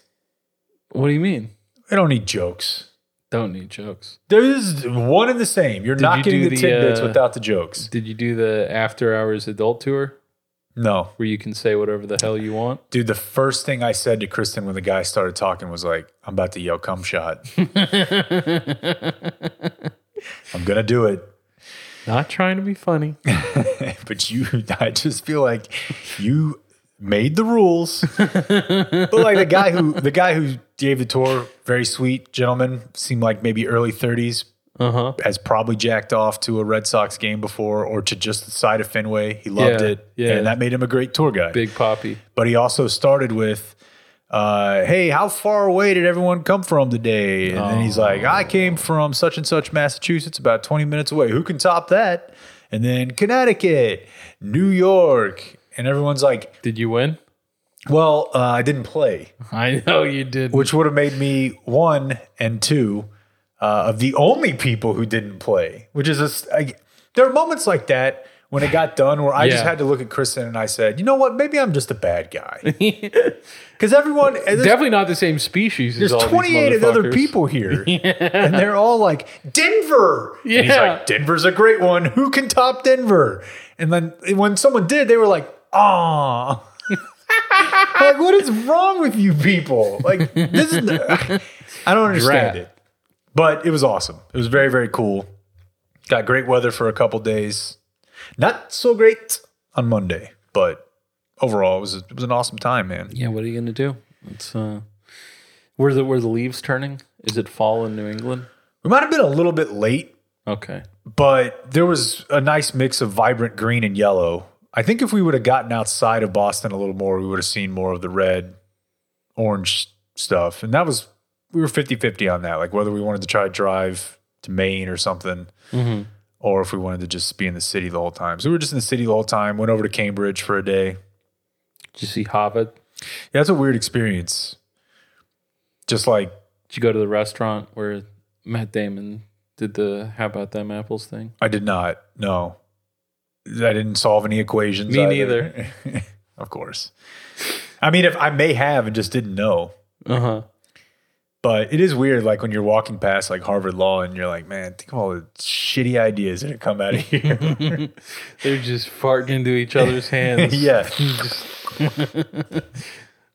Speaker 4: What do you mean?
Speaker 5: I don't need jokes.
Speaker 4: Don't need jokes.
Speaker 5: There's one and the same. You're not
Speaker 4: you
Speaker 5: getting
Speaker 4: do
Speaker 5: the,
Speaker 4: the,
Speaker 5: tidbits
Speaker 4: uh,
Speaker 5: without the jokes.
Speaker 4: Did you do the after hours adult tour
Speaker 5: No.
Speaker 4: where you can say whatever the hell you want?
Speaker 5: Dude, the first thing I said to Kristen when the guy started talking was like, I'm about to yell cum shot. I'm gonna do it.
Speaker 4: Not trying to be funny.
Speaker 5: But you I just feel like you made the rules. but like the guy who the guy who gave the tour, very sweet gentleman, seemed like maybe early 30s,
Speaker 4: Uh huh.
Speaker 5: has probably jacked off to a Red Sox game before or to just the side of Fenway. He loved
Speaker 4: Yeah,
Speaker 5: it.
Speaker 4: yeah.
Speaker 5: And that made him a great tour guide.
Speaker 4: Big Poppy.
Speaker 5: but he also started with uh, hey how far away did everyone come from today and then he's like i came from such and such massachusetts about 20 minutes away who can top that and then connecticut new york and everyone's like
Speaker 4: Did you win?
Speaker 5: well uh, i didn't play
Speaker 4: I know you did.
Speaker 5: which would have made me one and two uh, of the only people who didn't play which is just I, there are moments like that when it got done where i just
Speaker 4: Yeah.
Speaker 5: had to look at kristen and i said you know what maybe i'm just a bad guy because everyone and there's
Speaker 4: Definitely not the same species.
Speaker 5: There's 28 of the other people here. And they're all like, Denver. Yeah. he's
Speaker 4: Yeah.
Speaker 5: like, Denver's a great one. Who can top Denver? And then when someone did, they were like, ah. like, what is wrong with you people? Like, this is, I don't understand
Speaker 4: Drat.
Speaker 5: it. But it was awesome. It was very, very cool. Got great weather for a couple days. Not so great on Monday, but overall, it was, it was an awesome time, man.
Speaker 4: Yeah. What are you gonna do? It's uh, where the where the leaves turning? Is it fall in New England?
Speaker 5: We might have been a little bit late
Speaker 4: Okay.
Speaker 5: but there was a nice mix of vibrant green and yellow. I think if we would have gotten outside of Boston a little more, we would have seen more of the red, orange stuff. And that was, we were 50 50 on that, like whether we wanted to try to drive to Maine or something, or if we wanted to just be in the city the whole time. So we were just in the city the whole time, went over to Cambridge for a day.
Speaker 4: Did you see Hobbit?
Speaker 5: Yeah, that's a weird experience. Just like,
Speaker 4: Did you go to the restaurant where Matt Damon did the How About Them Apples thing?
Speaker 5: I did not. No, I didn't solve any equations.
Speaker 4: Me
Speaker 5: either. of course. I mean, if I may have and just didn't know,
Speaker 4: Uh huh.
Speaker 5: but it is weird. Like when you're walking past like Harvard Law and you're like, man, think of all the shitty ideas that have come out of here.
Speaker 4: They're just farting into each other's hands.
Speaker 5: yeah,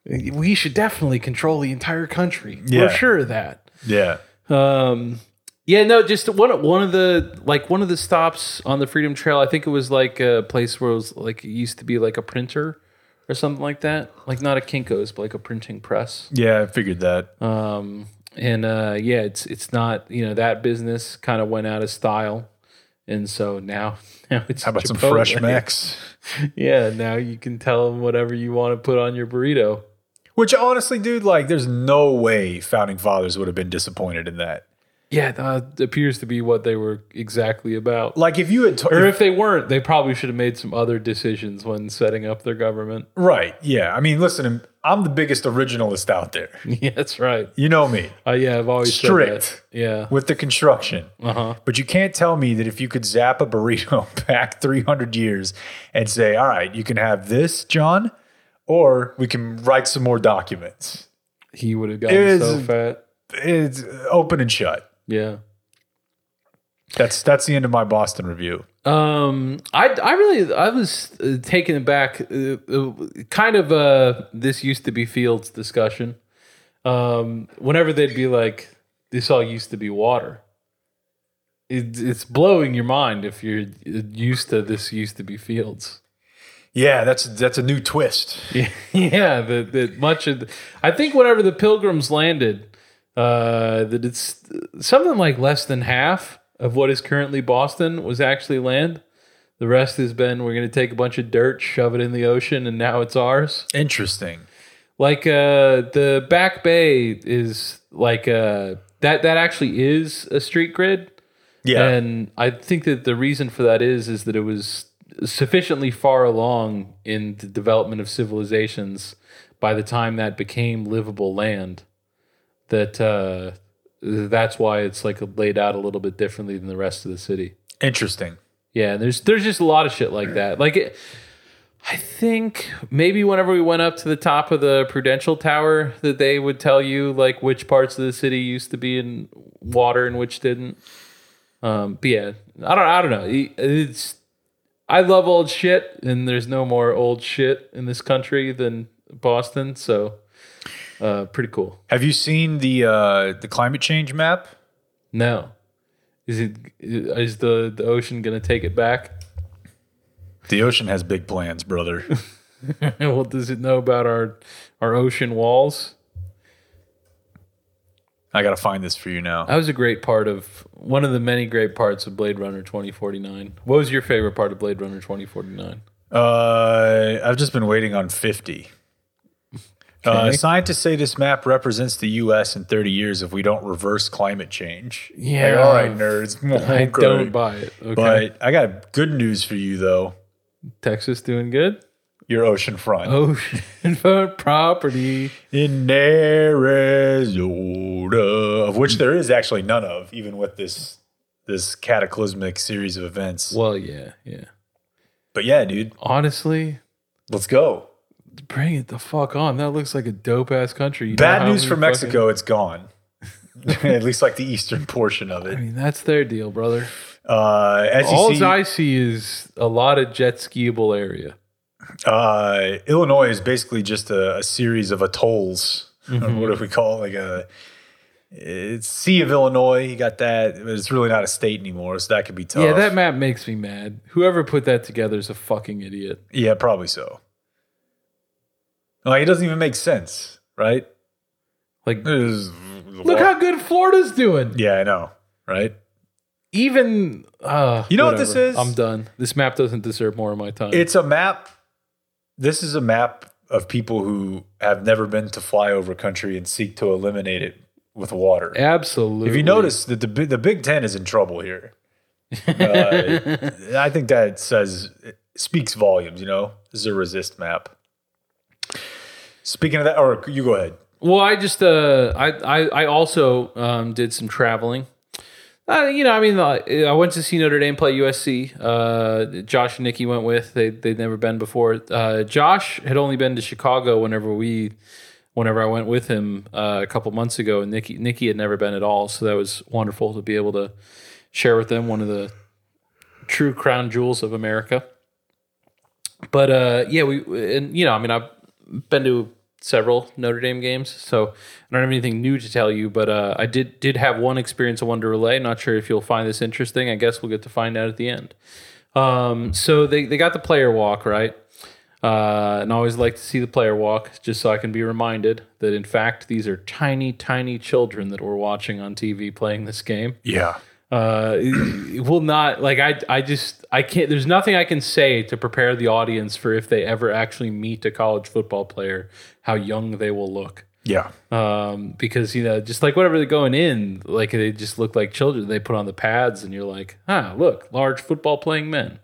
Speaker 4: We should definitely control the entire country.
Speaker 5: Yeah.
Speaker 4: We're sure of that.
Speaker 5: yeah.
Speaker 4: Um, yeah, no, just one one of the like one of the stops on the Freedom Trail. I think it was like a place where it was like it used to be like a printer or something like that. Like not a Kinkos, but like a printing press.
Speaker 5: Yeah, I figured that.
Speaker 4: Um, and uh, yeah, it's it's not you know that business kind of went out of style, and so now now it's
Speaker 5: How about some
Speaker 4: Chipotle.
Speaker 5: fresh Macs?
Speaker 4: Yeah, now you can tell them whatever you want to put on your burrito.
Speaker 5: Which honestly, dude, like there's no way founding fathers would have been disappointed in that.
Speaker 4: Yeah, that appears to be what they were exactly about.
Speaker 5: Like if you had, to-
Speaker 4: Or if they weren't, they probably should have made some other decisions when setting up their government.
Speaker 5: right? Yeah. I mean, listen, I'm the biggest originalist out there.
Speaker 4: Yeah, that's right.
Speaker 5: You know me
Speaker 4: Uh, yeah, I've always
Speaker 5: Strict.
Speaker 4: Said that. Yeah,
Speaker 5: with the construction. Uh-huh. But you can't tell me that if you could zap a burrito back 300 years and say, "All right, you can have this, John," or we can write some more documents.
Speaker 4: he would have gotten
Speaker 5: It
Speaker 4: so
Speaker 5: is-
Speaker 4: fat.
Speaker 5: It's open and shut.
Speaker 4: Yeah.
Speaker 5: That's that's the end of my Boston review.
Speaker 4: Um, I, I really I was uh, taken aback, uh, uh, kind of uh this used to be Fields discussion. Um, whenever they'd be like, "This all used to be water," it, it's blowing your mind if you're uh, used to this used to be Fields.
Speaker 5: Yeah, that's that's a new twist.
Speaker 4: yeah, that that much of. The, I think whenever the Pilgrims landed, uh, that it's something like less than half of what is currently Boston was actually land. The rest has been we're going to take a bunch of dirt, shove it in the ocean, and now it's ours.
Speaker 5: Interesting.
Speaker 4: Like uh, the Back Bay is like uh, that. That actually is a street grid.
Speaker 5: Yeah.
Speaker 4: And I think that the reason for that is is that it was sufficiently far along in the development of civilizations by the time that became livable land that uh, that's why it's like laid out a little bit differently than the rest of the city.
Speaker 5: Interesting.
Speaker 4: Yeah, there's there's just a lot of shit like that. Like it, I think maybe whenever we went up to the top of the Prudential Tower that they would tell you like which parts of the city used to be in water and which didn't. Um but yeah, I don't I don't know. E, It's I love old shit and there's no more old shit in this country than Boston, so uh pretty cool.
Speaker 5: Have you seen the uh, the climate change map?
Speaker 4: No. Is it is the the ocean going to take it back?
Speaker 5: The ocean has big plans, brother.
Speaker 4: And what does it know about our our ocean walls?
Speaker 5: I gotta find this for you now.
Speaker 4: That was a great part of one of the many great parts of Blade Runner 2049. What was your favorite part of Blade Runner 2049?
Speaker 5: Uh, I've just been waiting on fifty. Uh,
Speaker 4: Okay.
Speaker 5: scientists say this map represents the U.S. in 30 years if we don't reverse climate change. Like,
Speaker 4: Yeah.
Speaker 5: all right, nerds.
Speaker 4: I
Speaker 5: Okay.
Speaker 4: don't buy it. Okay.
Speaker 5: But I got good news for you though.
Speaker 4: Texas doing good.
Speaker 5: Your ocean front
Speaker 4: Oh. Ocean front property.
Speaker 5: in Arizona, of which there is actually none of, even with this this cataclysmic series of events.
Speaker 4: Well, yeah, yeah.
Speaker 5: But yeah, dude,
Speaker 4: Honestly,
Speaker 5: let's go.
Speaker 4: bring it the fuck on. That looks like a dope ass country. You know
Speaker 5: Bad
Speaker 4: how
Speaker 5: news
Speaker 4: many
Speaker 5: for
Speaker 4: fucking-
Speaker 5: Mexico, it's gone. At least like the eastern portion of
Speaker 4: I
Speaker 5: it.
Speaker 4: mean, that's their deal, brother.
Speaker 5: Uh, SEC,
Speaker 4: All I see is a lot of jet skiable area.
Speaker 5: uh, Illinois is basically just a, a series of atolls.
Speaker 4: Mm-hmm.
Speaker 5: Or what do we call it? like a it's Sea of Illinois? You got that, but it's really not a state anymore, so that could be tough.
Speaker 4: Yeah, that map makes me mad. Whoever put that together is a fucking idiot.
Speaker 5: Yeah, probably so. Like it doesn't even make sense, right?
Speaker 4: Like,
Speaker 5: It is-
Speaker 4: look how good Florida's doing.
Speaker 5: Yeah, I know, right?
Speaker 4: Even uh,
Speaker 5: You know what this is?
Speaker 4: I'm done. This map doesn't deserve more of my time.
Speaker 5: It's a map. This is a map of people who have never been to flyover country and seek to eliminate it with water.
Speaker 4: absolutely.
Speaker 5: If you notice that the Bi- the Big Ten is in trouble here, uh, I think that says it speaks volumes. You know, this is a resist map. Speaking of that, or you go ahead.
Speaker 4: well, I just uh, I I, I also um, did some traveling. Uh, you know, I mean, uh, I went to see Notre Dame play USC. Uh, Josh and Nikki went with. They they'd never been before. Uh, Josh had only been to Chicago whenever we, whenever I went with him uh, a couple months ago, and Nikki Nikki had never been at all. So that was wonderful to be able to share with them one of the true crown jewels of America. But uh, yeah, we and you know, I mean, I've been to several Notre Dame games, so I don't have anything new to tell you. But uh, I did did have one experience at Wonder Relay. Not sure if you'll find this interesting. I guess we'll get to find out at the end. Um, so they they got the player walk right. Uh, and I always like to see the player walk just so I can be reminded that, in fact, these are tiny, tiny children that we're watching on TV playing this game
Speaker 5: Yeah,
Speaker 4: uh, it, it will not like I I just I can't there's nothing I can say to prepare the audience for if they ever actually meet a college football player how young they will look.
Speaker 5: Yeah.
Speaker 4: um, because you know just like whatever they're going in like they just look like children they put on the pads and you're like ah look large football playing men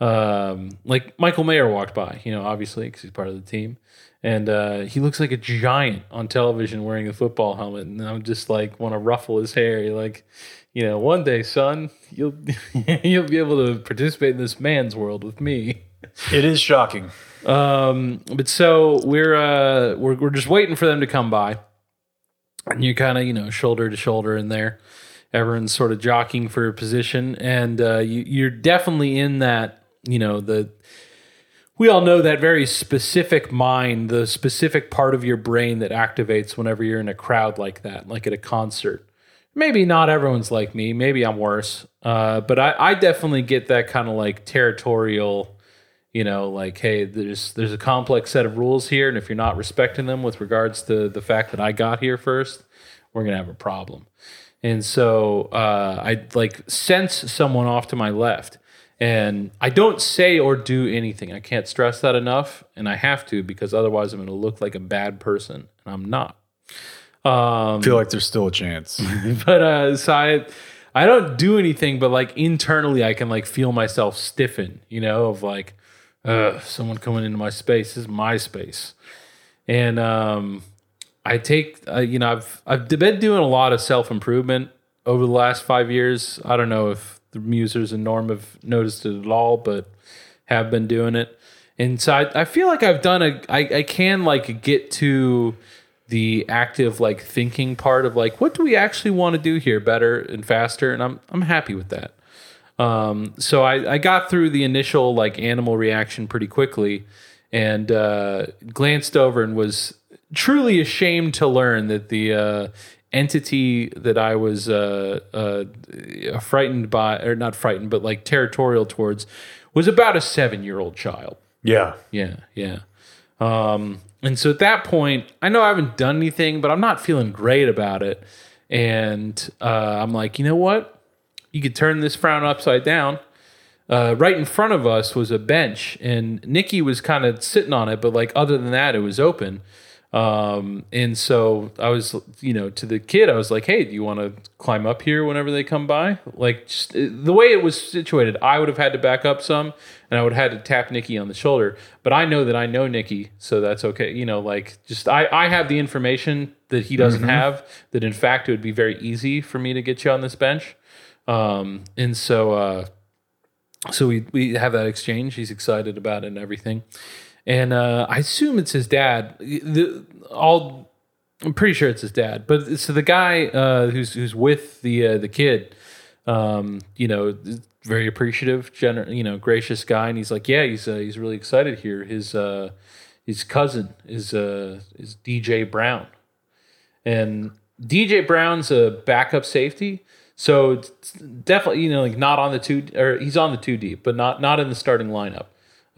Speaker 4: um, like michael mayer walked by you know obviously because he's part of the team and uh, he looks like a giant on television wearing a football helmet and i'm just like want to ruffle his hair you're like you know one day son you'll you'll be able to participate in this man's world with me
Speaker 5: It is shocking.
Speaker 4: um, but so we're uh, we're we're just waiting for them to come by, and you kind of you know shoulder to shoulder in there. Everyone's sort of jockeying for a position, and uh, you, you're definitely in that you know the. We all know that very specific mind, the specific part of your brain that activates whenever you're in a crowd like that, like at a concert. Maybe not everyone's like me. Maybe I'm worse. Uh, but I, I definitely get that kind of like territorial you know like hey there's there's a complex set of rules here and if you're not respecting them with regards to the fact that i got here first we're gonna have a problem and so uh, i like sense someone off to my left and i don't say or do anything i can't stress that enough and i have to because otherwise i'm gonna look like a bad person and i'm not
Speaker 5: I feel like there's still a chance.
Speaker 4: but uh so i i don't do anything but like internally i can like feel myself stiffen you know of like uh someone coming into my space this is my space and um i take uh, you know i've i've been doing a lot of self-improvement over the last five years i don't know if the musers and norm have noticed it at all but have been doing it and so i, I feel like i've done a I, I can like get to the active like thinking part of like what do we actually want to do here better and faster and i'm i'm happy with that um so i i got through the initial like animal reaction pretty quickly and uh glanced over and was truly ashamed to learn that the uh entity that i was uh uh frightened by or not frightened but like territorial towards was about a 7 year old child
Speaker 5: yeah.
Speaker 4: yeah, yeah. Um, and so at that point, I know I haven't done anything, but I'm not feeling great about it. And uh, I'm like, you know what? You could turn this frown upside down. Uh, right in front of us was a bench, and Nikki was kind of sitting on it, but like other than that, it was open. Um, and so I was, you know, to the kid, I was like, hey, do you want to climb up here whenever they come by? Like, just, uh, the way it was situated, I would have had to back up some and I would have had to tap Nikki on the shoulder. But I know that I know Nikki, so that's okay. You know, like, just I, I have the information that he doesn't have that, in fact, it would be very easy for me to get you on this bench. Um, and so, uh, so we, we have that exchange. He's excited about it and everything. And uh, I assume it's his dad. The, all I'm pretty sure it's his dad. But so the guy uh, who's who's with the uh, the kid, um, you know, very appreciative, gener- you know, gracious guy, and he's like, yeah, he's uh, he's really excited here. His uh, his cousin is uh, is DJ Brown, and DJ Brown's a backup safety. So it's definitely, you know, like not on the two, or he's on the two deep, but not not in the starting lineup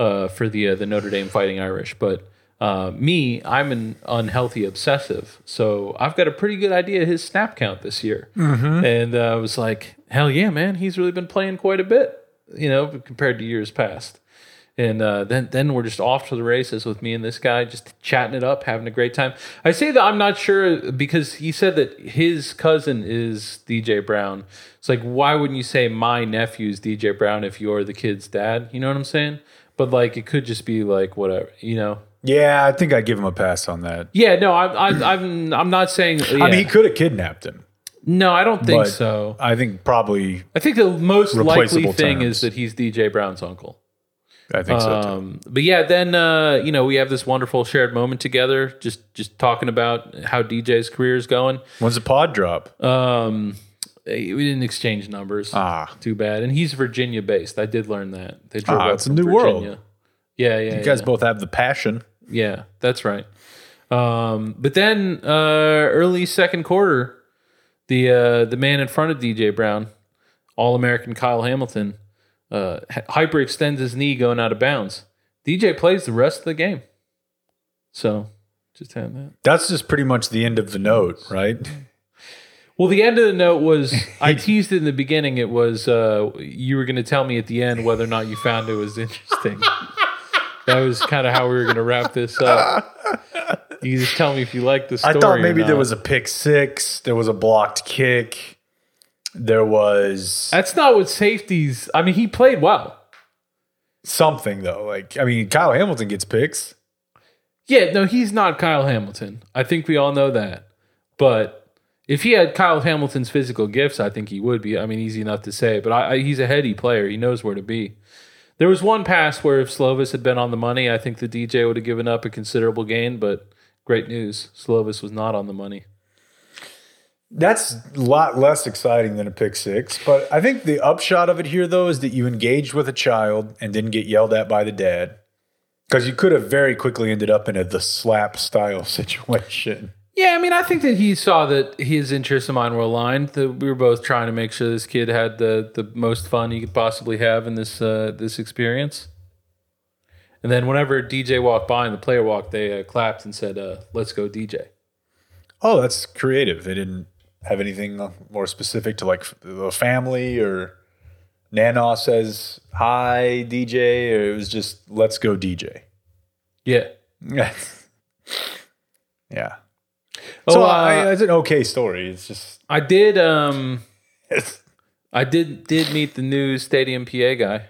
Speaker 4: uh, for the uh, the Notre Dame Fighting Irish. But uh, me, I'm an unhealthy obsessive, so I've got a pretty good idea of his snap count this year. And uh, I was like, hell yeah, man, he's really been playing quite a bit, you know, compared to years past. And uh, then then we're just off to the races with me and this guy, just chatting it up, having a great time. I say that I'm not sure because he said that his cousin is DJ Brown. It's like, why wouldn't you say my nephew's DJ Brown if you're the kid's dad? You know what I'm saying? But like, it could just be like whatever, you know?
Speaker 5: Yeah, I think I give him a pass on that.
Speaker 4: Yeah, no, I, I, I'm I'm not saying.
Speaker 5: I mean, he
Speaker 4: yeah.
Speaker 5: could have kidnapped him.
Speaker 4: no, I don't think
Speaker 5: but
Speaker 4: so.
Speaker 5: I think probably.
Speaker 4: I think the most likely
Speaker 5: Replaceable
Speaker 4: thing
Speaker 5: terms.
Speaker 4: is that he's DJ Brown's uncle.
Speaker 5: I think so. Too.
Speaker 4: Um, but yeah, then uh, you know we have this wonderful shared moment together, just just talking about how DJ's career is going.
Speaker 5: When's the pod drop?
Speaker 4: Um, eh, we didn't exchange numbers.
Speaker 5: ah,
Speaker 4: Too bad. And he's Virginia based. I did learn that. They drove
Speaker 5: Ah,
Speaker 4: up
Speaker 5: it's a
Speaker 4: from
Speaker 5: new world.
Speaker 4: Virginia. Yeah, yeah.
Speaker 5: you guys
Speaker 4: yeah.
Speaker 5: both have the passion.
Speaker 4: Yeah, that's right. Um, but then uh, early second quarter, the uh, the man in front of DJ Brown, All American Kyle Hamilton, uh, hy- hyperextends his knee going out of bounds. DJ plays the rest of the game. So just have that.
Speaker 5: That's just pretty much the end of the note, right?
Speaker 4: Well, the end of the note was I teased it in the beginning. It was uh, you were going to tell me at the end whether or not you found it was interesting. that was kind of how we were going to wrap this up. You just tell me if you like the story.
Speaker 5: I thought
Speaker 4: or
Speaker 5: maybe there
Speaker 4: not.
Speaker 5: was a pick six, there was a blocked kick, there was
Speaker 4: That's not what safeties. I mean, he played well.
Speaker 5: something though. Like I mean, Kyle Hamilton gets picks.
Speaker 4: Yeah, no, he's not Kyle Hamilton. I think we all know that. But if he had Kyle Hamilton's physical gifts, I think he would be. I mean, easy enough to say, but I, I, he's a heady player. He knows where to be. There was one pass where if Slovis had been on the money, I think the DJ would have given up a considerable gain. But great news, Slovis was not on the money.
Speaker 5: That's a lot less exciting than a pick six. But I think the upshot of it here though is that you engaged with a child and didn't get yelled at by the dad. Because you could have very quickly ended up in a the slap style situation.
Speaker 4: Yeah, I mean, I think that he saw that his interests and mine were aligned. That we were both trying to make sure this kid had the the most fun he could possibly have in this uh, this experience. And then whenever DJ walked by and the player walked, they uh, clapped and said, uh, "Let's go, DJ."
Speaker 5: Oh, that's creative. They didn't have anything more specific to like the family or Nana says hi DJ or it was just let's go DJ.
Speaker 4: Yeah.
Speaker 5: yeah.
Speaker 4: Oh,
Speaker 5: so
Speaker 4: uh,
Speaker 5: I, it's an okay story. It's just
Speaker 4: I did. Um,
Speaker 5: it's
Speaker 4: I did did meet the new Stadium PA guy.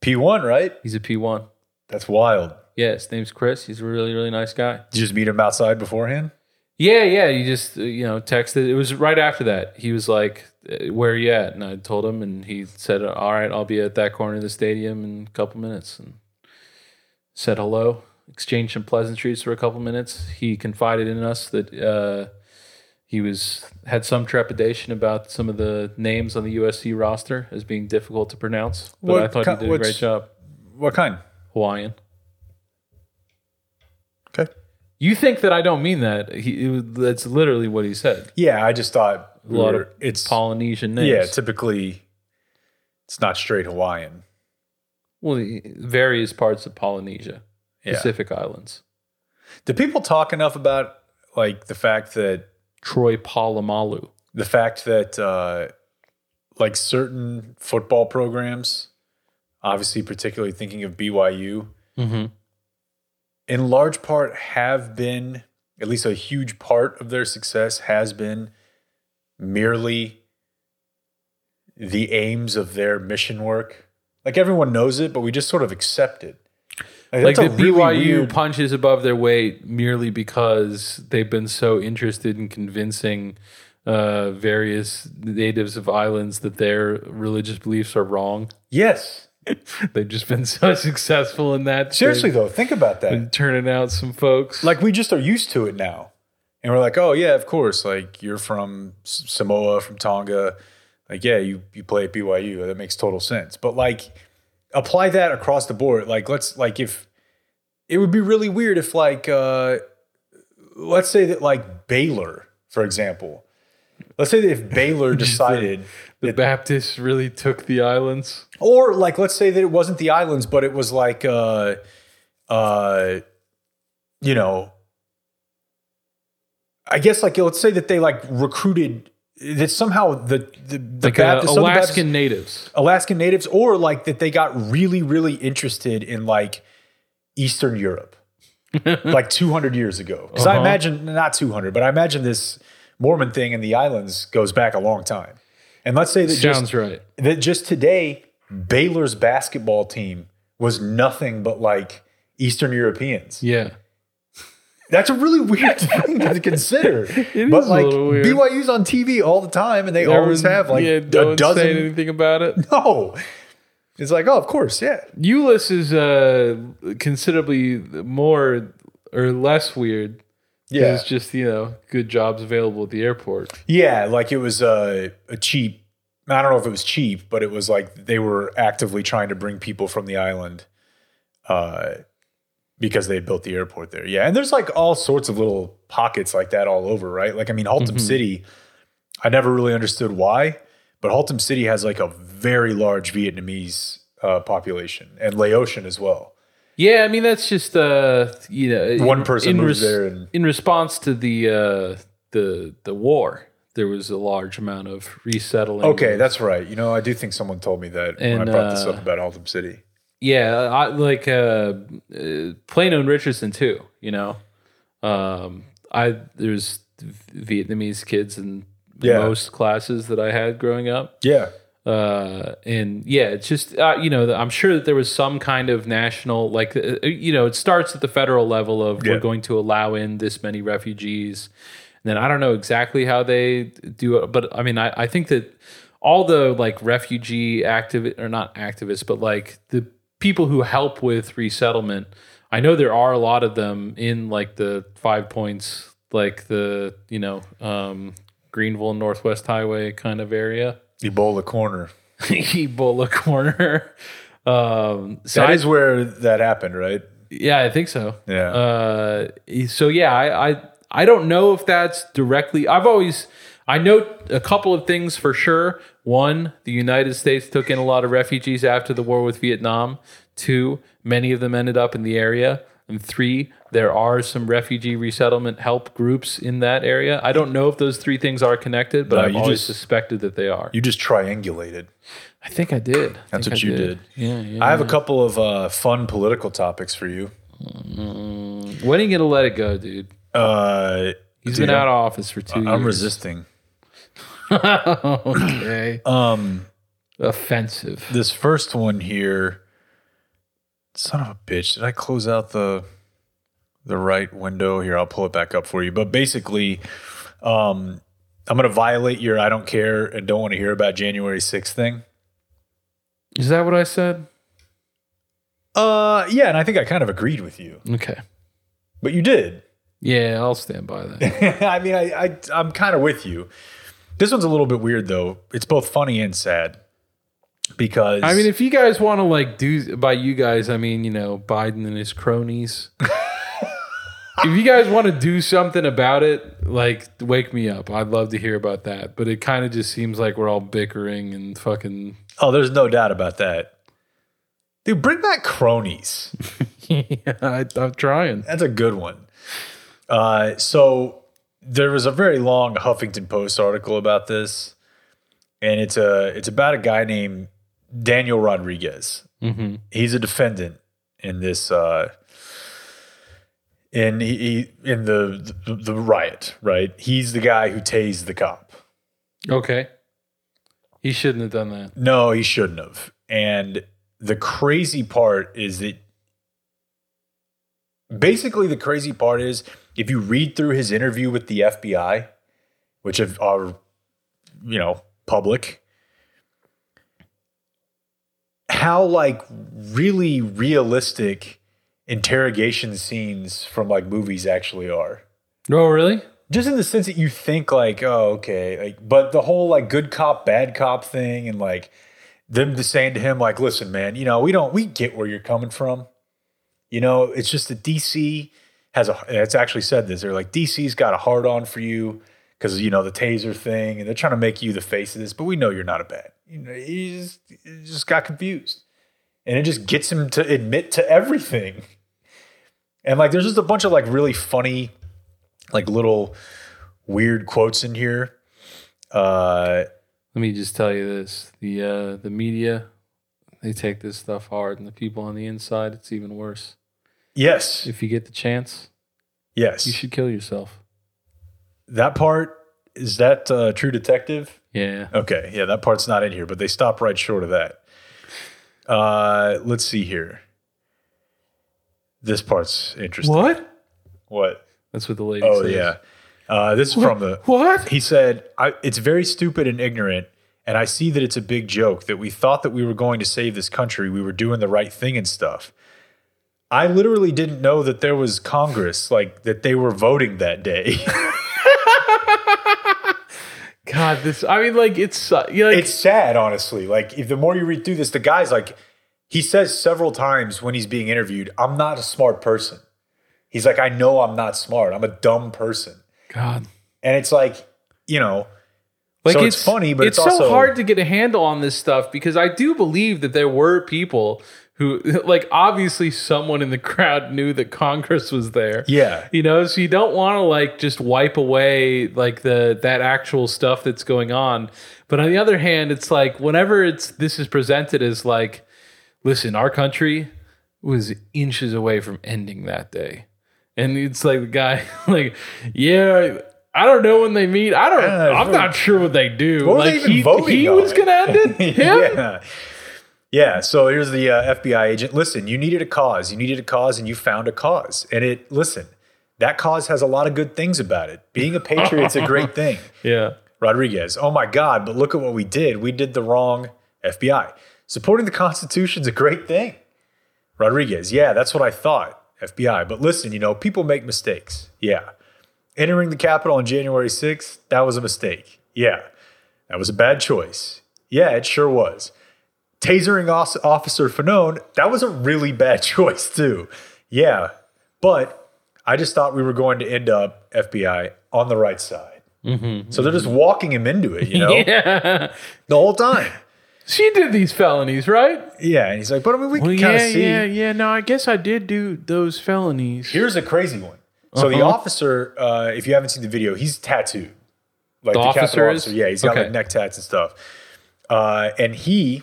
Speaker 5: P1, right?
Speaker 4: He's a P one.
Speaker 5: That's wild.
Speaker 4: Yeah, his name's Chris. He's a really really nice guy.
Speaker 5: Did you just meet him outside beforehand?
Speaker 4: Yeah, yeah. You just uh, you know texted. It was right after that. He was like, uh, "Where are you at?" And I told him, and he said, "All right, I'll be at that corner of the stadium in a couple minutes." And said hello, exchanged some pleasantries for a couple minutes. He confided in us that uh, he was had some trepidation about some of the names on the USC roster as being difficult to pronounce, but
Speaker 5: What
Speaker 4: I thought
Speaker 5: ki-
Speaker 4: he did a great
Speaker 5: what's-
Speaker 4: job.
Speaker 5: What kind?
Speaker 4: Hawaiian.
Speaker 5: Okay.
Speaker 4: You think that I don't mean that? He, it, was- that's literally what he said.
Speaker 5: Yeah, I just thought
Speaker 4: A lot of
Speaker 5: we're- it's
Speaker 4: Polynesian names.
Speaker 5: yeah, typically it's not straight Hawaiian.
Speaker 4: Well, the- various parts of Polynesia,
Speaker 5: Yeah.
Speaker 4: Pacific Islands.
Speaker 5: Do people talk enough about like the fact that
Speaker 4: Troy Polamalu.
Speaker 5: the fact that uh, like certain football programs, obviously particularly thinking of BYU, Mm-hmm. in large part have been at least a huge part of their success has been merely the aims of their mission work. Like everyone knows it, but we just sort of accept it.
Speaker 4: Like
Speaker 5: that's
Speaker 4: the
Speaker 5: a really
Speaker 4: BYU
Speaker 5: weird-
Speaker 4: punches above their weight merely because they've been so interested in convincing uh, various natives of islands that their religious beliefs are wrong.
Speaker 5: yes.
Speaker 4: They've just been so successful in that.
Speaker 5: Seriously
Speaker 4: they've
Speaker 5: though, think about that.
Speaker 4: been turning out some folks.
Speaker 5: like we just are used to it now and we're like oh yeah of course like you're from S- samoa from tonga like yeah you, you play at byu that makes total sense but like apply that across the board like let's like if it would be really weird if like uh let's say that like baylor for example let's say that if baylor decided
Speaker 4: the Baptists really took the islands.
Speaker 5: or like let's say that it wasn't the islands but it was like uh uh you know i guess like let's say that they like recruited that somehow the the, the
Speaker 4: Like uh,
Speaker 5: Baptist- Southern Baptist-
Speaker 4: Alaskan natives.
Speaker 5: alaskan natives or like that they got really really interested in like eastern europe like 200 years ago because i
Speaker 4: Uh-huh.
Speaker 5: imagine not 200 but i imagine this mormon thing in the islands goes back a long time and let's say that just,
Speaker 4: Sounds right.
Speaker 5: that just today Baylor's basketball team was nothing but like Eastern Europeans.
Speaker 4: Yeah.
Speaker 5: That's a really weird thing to consider. but
Speaker 4: is a
Speaker 5: like
Speaker 4: little weird.
Speaker 5: BYU's on TV all the time and they always have like
Speaker 4: yeah,
Speaker 5: a
Speaker 4: don't say
Speaker 5: dozen.
Speaker 4: anything about it.
Speaker 5: No. It's like, oh, of course, yeah.
Speaker 4: Euless is uh, considerably more or less weird. 'cause
Speaker 5: Yeah.
Speaker 4: It's just, you know, good jobs available at the airport.
Speaker 5: Yeah, like it was uh, a cheap. I don't know if it was cheap, but it was like they were actively trying to bring people from the island, uh, because they had built the airport there. Yeah, and there's like all sorts of little pockets like that all over, right? Like I mean,
Speaker 4: Mm-hmm.
Speaker 5: Haltom City, I never really understood why, but Haltom City has like a very large Vietnamese uh, population and Laotian as well.
Speaker 4: Yeah, I mean, that's just, uh, you know,
Speaker 5: One person moves
Speaker 4: res-
Speaker 5: there and-
Speaker 4: in response to the, uh, the, the war, there was a large amount of resettling.
Speaker 5: Okay, that's right. You know, I do think someone told me that when
Speaker 4: Oh, And,
Speaker 5: I brought this
Speaker 4: uh,
Speaker 5: up about Haltom City.
Speaker 4: yeah, I, like uh, uh, Plano and Richardson, too, you know. Um, I there's Vietnamese kids in
Speaker 5: Yeah.
Speaker 4: most classes that I had growing up.
Speaker 5: Yeah.
Speaker 4: uh, and yeah, it's just uh, you know I'm sure that there was some kind of national like uh, you know it starts at the federal level of
Speaker 5: Yeah.
Speaker 4: we're going to allow in this many refugees. And then I don't know exactly how they do it, but I mean I, I think that all the like refugee active or not activists, but like the people who help with resettlement, I know there are a lot of them in like the five points, like the you know um, Greenville Northwest Highway kind of area.
Speaker 5: Ebola corner.
Speaker 4: Ebola corner. Um, so
Speaker 5: That
Speaker 4: I-
Speaker 5: is where that happened, right?
Speaker 4: yeah, I think so.
Speaker 5: Yeah.
Speaker 4: Uh, so yeah, I, I I don't know if that's directly. I've always I know a couple of things for sure. One, the United States took in a lot of refugees after the war with Vietnam. Two, many of them ended up in the area. And three, there are some refugee resettlement help groups in that area. I don't know if those three things are connected, but
Speaker 5: No,
Speaker 4: I've
Speaker 5: you
Speaker 4: always
Speaker 5: just-
Speaker 4: suspected that they are.
Speaker 5: you just triangulated.
Speaker 4: I think I did. I
Speaker 5: That's
Speaker 4: think
Speaker 5: what
Speaker 4: I
Speaker 5: you did.
Speaker 4: Yeah, yeah.
Speaker 5: I have a couple of uh, fun political topics for you.
Speaker 4: When are you gonna let it go, dude?
Speaker 5: Uh,
Speaker 4: He's
Speaker 5: dude,
Speaker 4: been out
Speaker 5: I'm-
Speaker 4: of office for 2
Speaker 5: I'm
Speaker 4: years.
Speaker 5: resisting.
Speaker 4: okay.
Speaker 5: Um,
Speaker 4: Offensive.
Speaker 5: this first one here. Son of a bitch! Did I close out the the right window here? I'll pull it back up for you. But basically, um, I'm going to violate your "I don't care" and don't want to hear about January 6th thing.
Speaker 4: Is that what I said?
Speaker 5: Uh, yeah, and I think I kind of agreed with you,
Speaker 4: Okay.
Speaker 5: but you did.
Speaker 4: Yeah, I'll stand by that.
Speaker 5: I mean, I, I I'm kind of with you. This one's a little bit weird though. It's both funny and sad because
Speaker 4: I mean, if you guys want to like do by you guys, I mean you know Biden and his cronies. if you guys want to do something about it, like wake me up. I'd love to hear about that. But it kind of just seems like we're all bickering and fucking.
Speaker 5: oh, there's no doubt about that. Dude, bring back cronies.
Speaker 4: yeah, I, I'm trying.
Speaker 5: That's a good one. Uh, so there was a very long Huffington Post article about this, and it's a it's about a guy named Daniel Rodriguez.
Speaker 4: Mm-hmm.
Speaker 5: he's a defendant in this uh in he, he in the, the the riot right he's the guy who tased the cop
Speaker 4: Okay. He shouldn't have done that.
Speaker 5: no he shouldn't have and the crazy part is that basically the crazy part is if you read through his interview with the fbi which have- are you know public how like really realistic interrogation scenes from like movies actually are
Speaker 4: Oh, really?
Speaker 5: just in the sense that you think like oh okay like but the whole like good cop bad cop thing and like them just saying to him like listen man you know we don't we get where you're coming from you know it's just that dc has a it's actually said this they're like dc's got a hard on for you because you know the taser thing and they're trying to make you the face of this but we know you're not a bad you know he just, he just got confused and it just gets him to admit to everything and like there's just a bunch of like really funny like little weird quotes in here. Uh,
Speaker 4: Let me just tell you this: the uh, the media, they take this stuff hard, and the people on the inside, it's even worse.
Speaker 5: yes,
Speaker 4: If you get the chance,
Speaker 5: yes.
Speaker 4: you should kill yourself.
Speaker 5: that part is that uh, True Detective?
Speaker 4: Yeah.
Speaker 5: Okay, yeah, that part's not in here, but they stop right short of that. Uh, let's see here. This part's interesting.
Speaker 4: What?
Speaker 5: What?
Speaker 4: That's what the lady.
Speaker 5: Oh
Speaker 4: says.
Speaker 5: yeah. Uh, this is from the
Speaker 4: What?
Speaker 5: He said, I, It's very stupid and ignorant. And I see that it's a big joke that we thought that we were going to save this country. We were doing the right thing and stuff. I literally didn't know that there was Congress, like that they were voting that day.
Speaker 4: God, this. I mean, like it's su- you like
Speaker 5: it's sad, honestly. Like, if the more you read through this, the guy's like, he says several times when he's being interviewed, I'm not a smart person. He's like, I know I'm not smart. I'm a dumb person.
Speaker 4: God.
Speaker 5: And it's like, you know,
Speaker 4: Like
Speaker 5: So it's funny, but it's
Speaker 4: so
Speaker 5: also-
Speaker 4: hard to get a handle on this stuff because I do believe that there were people who, like, obviously someone in the crowd knew that Congress was there.
Speaker 5: yeah,
Speaker 4: you know so you don't want to like just wipe away like the that actual stuff that's going on but on the other hand it's like whenever it's this is presented as like listen our country was inches away from ending that day and it's like the guy like yeah I don't know when they meet. I don't.
Speaker 5: Yeah,
Speaker 4: I'm
Speaker 5: what-
Speaker 4: not sure what they do.
Speaker 5: What were
Speaker 4: like
Speaker 5: they even
Speaker 4: he,
Speaker 5: voting
Speaker 4: he
Speaker 5: on?
Speaker 4: was gonna end it. Him?
Speaker 5: yeah. Yeah. So here's the uh, FBI agent. Listen, you needed a cause. You needed a cause, and you found a cause. And it. Listen, that cause has a lot of good things about it. Being a patriot's a great thing.
Speaker 4: yeah.
Speaker 5: Rodriguez. Oh my God! But look at what we did. We did the wrong. FBI. Supporting the Constitution's a great thing. Rodriguez. Yeah, that's what I thought. FBI. But listen, you know, people make mistakes. Yeah. Entering the Capitol on January 6th, that was a mistake. Yeah. That was a bad choice. Yeah, it sure was. Tasering os- Officer Fanon, that was a really bad choice, too. Yeah. But I just thought we were going to end up, FBI, on the right side. So they're just walking him into it, you know,
Speaker 4: Mm-hmm. Yeah.
Speaker 5: the whole time.
Speaker 4: She did these felonies, right?
Speaker 5: Yeah. And he's like, but I mean, we
Speaker 4: Well,
Speaker 5: can kind
Speaker 4: yeah,
Speaker 5: of see.
Speaker 4: yeah, yeah. No, I guess I did do those felonies.
Speaker 5: Here's a crazy one. So the officer, uh, if you haven't seen the video, he's tattooed. Like
Speaker 4: The
Speaker 5: Capitol
Speaker 4: officer is?
Speaker 5: Yeah, he's got
Speaker 4: Okay.
Speaker 5: like neck tats and stuff. Uh, and he,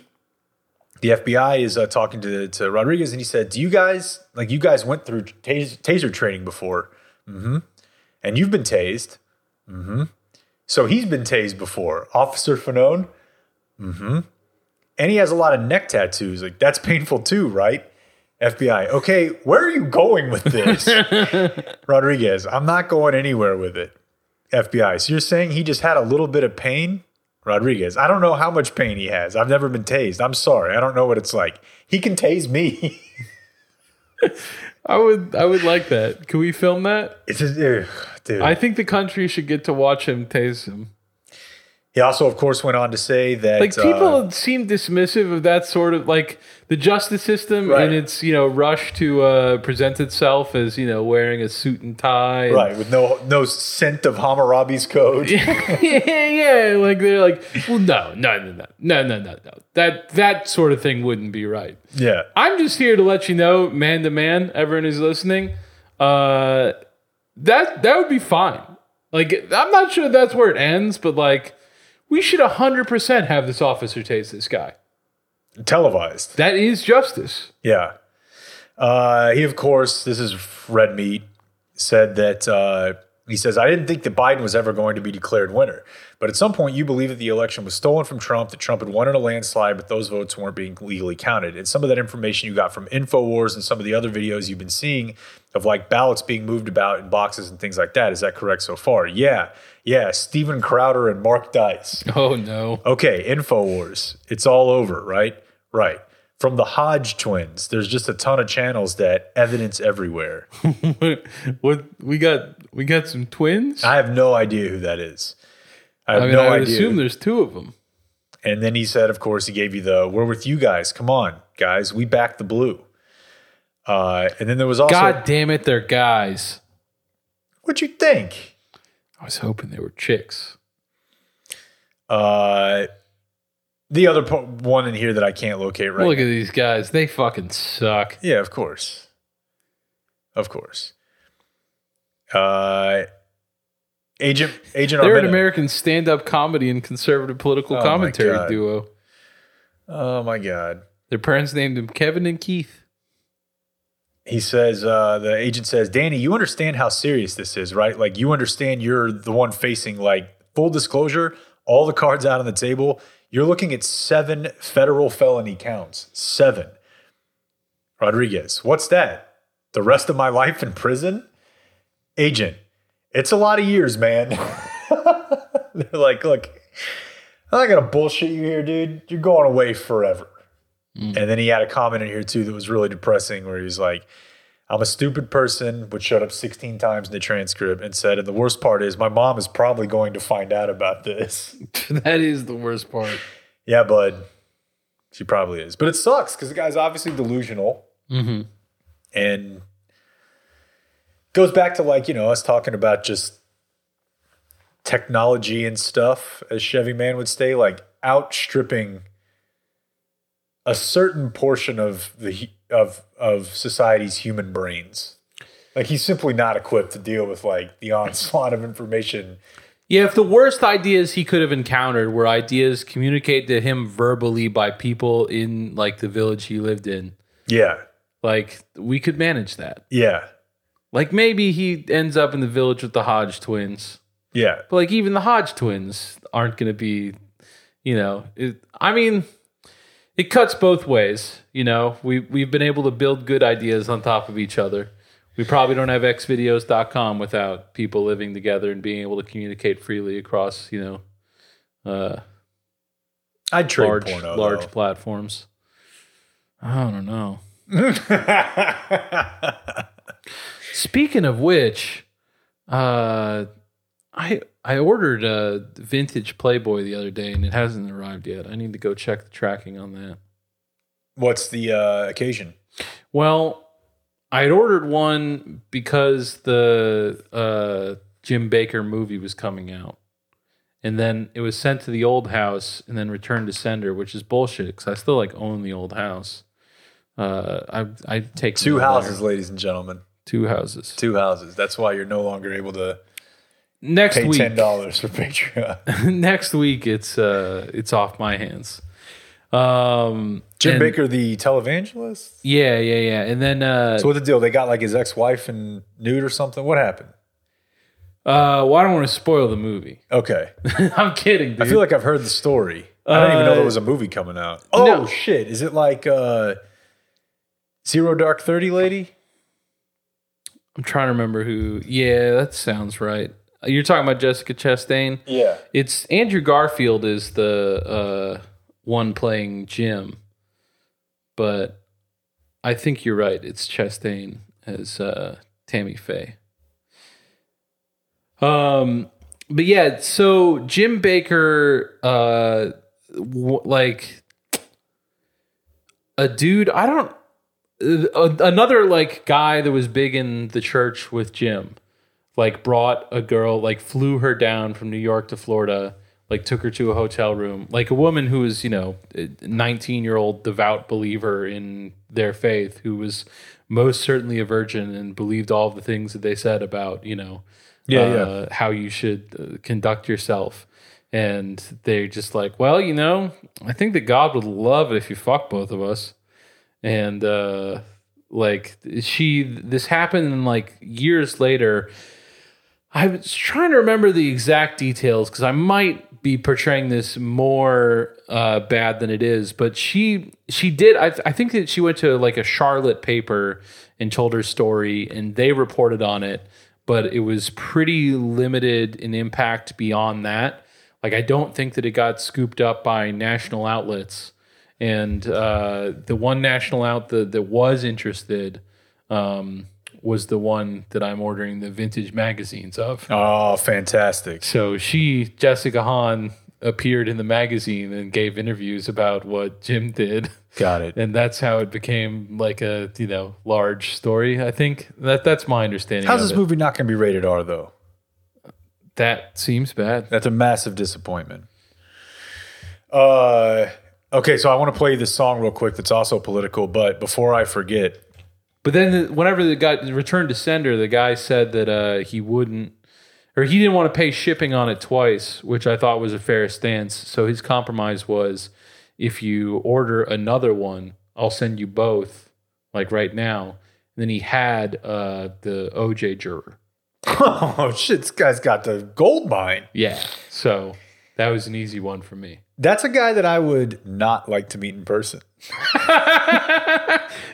Speaker 5: the FBI is uh, talking to to Rodriguez, and he said, "Do you guys like you guys went through tas- taser training before? Mm-hmm. And you've been tased. Mm-hmm. So he's been tased before, Officer Fanon. Mm-hmm. And he has a lot of neck tattoos. Like that's painful too, right? FBI, okay, where are you going with this? Rodriguez, I'm not going anywhere with it. FBI, so you're saying he just had a little bit of pain? Rodriguez, I don't know how much pain he has. I've never been tased. I'm sorry. I don't know what it's like. He can tase me.
Speaker 4: I would, I would like that. Can we film that?
Speaker 5: it's just, ugh, dude.
Speaker 4: I think the country should get to watch him tase him.
Speaker 5: he also, of course, went on to say that
Speaker 4: Like
Speaker 5: uh,
Speaker 4: people seem dismissive of that sort of like the justice system
Speaker 5: Right.
Speaker 4: and its you know rush to uh, present itself as you know wearing a suit and tie. and-
Speaker 5: right with no no scent of Hammurabi's code.
Speaker 4: yeah, yeah. Like they're like, well, no, no, no, no, no, no, no, no. That that sort of thing wouldn't be right.
Speaker 5: yeah,
Speaker 4: I'm just here to let you know, man to man, everyone who's listening, uh, that that would be fine. Like, I'm not sure that's where it ends, but like, we should 100% have this officer tase this guy.
Speaker 5: televised.
Speaker 4: That is justice.
Speaker 5: Yeah. Uh, he, of course, this is Red Meat, said that uh, he says, I didn't think that Biden was ever going to be declared winner. But at some point, you believe that the election was stolen from Trump, that Trump had won in a landslide, but those votes weren't being legally counted. And some of that information you got from InfoWars and some of the other videos you've been seeing of like ballots being moved about in boxes and things like that. Is that correct so far? Yeah. Yeah. Steven Crowder and Mark Dice.
Speaker 4: Oh, no.
Speaker 5: Okay, InfoWars. It's all over, right? Right. From the Hodge twins, there's just a ton of channels that evidence everywhere.
Speaker 4: what, what we got? We got some twins. I,
Speaker 5: I have no idea who that is. I have
Speaker 4: mean,
Speaker 5: no
Speaker 4: I would
Speaker 5: idea.
Speaker 4: assume there's two of them.
Speaker 5: and then he said, of course, he gave you the we're with you guys. Come on, guys. We back the blue. Uh, and then there was also
Speaker 4: God damn it, they're guys.
Speaker 5: what you think?
Speaker 4: I was hoping they were chicks.
Speaker 5: Uh, the other po- one in here that I can't locate right
Speaker 4: Look
Speaker 5: now.
Speaker 4: at these guys. They fucking suck.
Speaker 5: Yeah, of course. Of course. Uh Agent Agent
Speaker 4: They're an
Speaker 5: Armenta.
Speaker 4: American stand-up comedy and conservative political
Speaker 5: Oh my
Speaker 4: commentary
Speaker 5: God.
Speaker 4: duo.
Speaker 5: Oh my god.
Speaker 4: Their parents named them Kevin and Keith.
Speaker 5: He says uh the agent says, "Danny, you understand how serious this is, right? Like you understand you're the one facing like full disclosure, all the cards out on the table. You're looking at 7 federal felony counts. 7. Rodriguez, what's that? The rest of my life in prison? Agent, it's a lot of years, man. They're like, look, I'm not gonna bullshit you here, dude. You're going away forever. And then he had a comment in here too that was really depressing, where he's like, "I'm a stupid person," which showed up 16 times in the transcript, and said, "And the worst part is, my mom is probably going to find out about this."
Speaker 4: that is the worst part.
Speaker 5: yeah, bud, she probably is, but it sucks because the guy's obviously delusional,
Speaker 4: Mhm.
Speaker 5: and goes back to like you know us talking about just technology and stuff, as Chevy Man would say, like outstripping a certain portion of the hu- of of society's human brains. Like he's simply not equipped to deal with like the onslaught of information.
Speaker 4: Yeah, if the worst ideas he could have encountered were ideas communicated to him verbally by people in like the village he lived in,
Speaker 5: Yeah,
Speaker 4: like we could manage that.
Speaker 5: yeah.
Speaker 4: Like maybe he ends up in the village with the Hodge twins,
Speaker 5: Yeah.
Speaker 4: but like even the Hodge twins aren't going to be, you know. It, I mean, it cuts both ways. You know, we we've been able to build good ideas on top of each other. We probably don't have xvideos.com without people living together and being able to communicate freely across, you know, uh,
Speaker 5: I'd trade
Speaker 4: large
Speaker 5: porno.
Speaker 4: large
Speaker 5: though.
Speaker 4: platforms. I don't know. Speaking of which, uh, I I ordered a vintage Playboy the other day and it hasn't arrived yet. I need to go check the tracking on that.
Speaker 5: What's the uh, occasion?
Speaker 4: Well, I had ordered one because the uh, Jim Baker movie was coming out. And then it was sent to the old house and then returned to sender, which is bullshit because I still like own the old house. Uh, I I take
Speaker 5: Two
Speaker 4: no
Speaker 5: houses,
Speaker 4: wire.
Speaker 5: ladies and gentlemen.
Speaker 4: two houses.
Speaker 5: Two houses. That's why you're no longer able to
Speaker 4: Next
Speaker 5: pay
Speaker 4: week,
Speaker 5: ten dollars for Patreon.
Speaker 4: next week it's uh it's off my hands. Um,
Speaker 5: Jim
Speaker 4: and-
Speaker 5: Baker, the televangelist.
Speaker 4: Yeah, yeah, yeah. And then uh,
Speaker 5: So what the deal? They got like his ex-wife and nude or something. What happened?
Speaker 4: uh, well, I don't want to spoil the movie.
Speaker 5: Okay,
Speaker 4: I'm kidding, dude.
Speaker 5: I feel like I've heard the story. I didn't even know there was a movie coming out. Oh
Speaker 4: no.
Speaker 5: shit! Is it like uh, Zero Dark Thirty lady?
Speaker 4: I'm trying to remember who. Yeah, that sounds right. You're talking about Jessica Chastain.
Speaker 5: Yeah.
Speaker 4: It's Andrew Garfield is the uh, one playing Jim, but I think you're right. It's Chastain as uh, Tammy Faye. Um, but yeah, so Jim Baker, uh, w- like a dude, I don't. Uh, another like guy that was big in the church with Jim like brought a girl, like flew her down from New York to Florida, like took her to a hotel room, like a woman who was, you know, a 19 year old devout believer in their faith, who was most certainly a virgin and believed all of the things that they said about, you know,
Speaker 5: Yeah,
Speaker 4: uh, how you should uh, conduct yourself. And they're just like, well, you know, I think that God would love it if you fuck both of us and uh like she this happened and like years later i was trying to remember the exact details because i might be portraying this more uh bad than it is but she she did I, I think that she went to like a charlotte paper and told her story and they reported on it but it was pretty limited in impact beyond that like i don't think that it got scooped up by national outlets and uh, the one national out that, that was interested um, was the one that I'm ordering the vintage magazines of.
Speaker 5: Oh, fantastic!
Speaker 4: So she, Jessica Hahn, appeared in the magazine and gave interviews about what Jim did.
Speaker 5: Got it.
Speaker 4: And that's how it became like a you know large story. I think that that's my understanding.
Speaker 5: How's
Speaker 4: of it.
Speaker 5: this movie not going to be rated R though?
Speaker 4: That seems bad.
Speaker 5: That's a massive disappointment. Uh, okay, so I want to play this song real quick. That's also political, but before I forget,
Speaker 4: But then, the, whenever the guy returned to sender, the guy said that uh, he wouldn't, or he didn't want to pay shipping on it twice, which I thought was a fair stance. So his compromise was, if you order another one, I'll send you both, like right now. And then he had uh, the OJ juror.
Speaker 5: oh shit, this guy's got the gold mine.
Speaker 4: Yeah. So that was an easy one for me.
Speaker 5: That's a guy that I would not like to meet in person.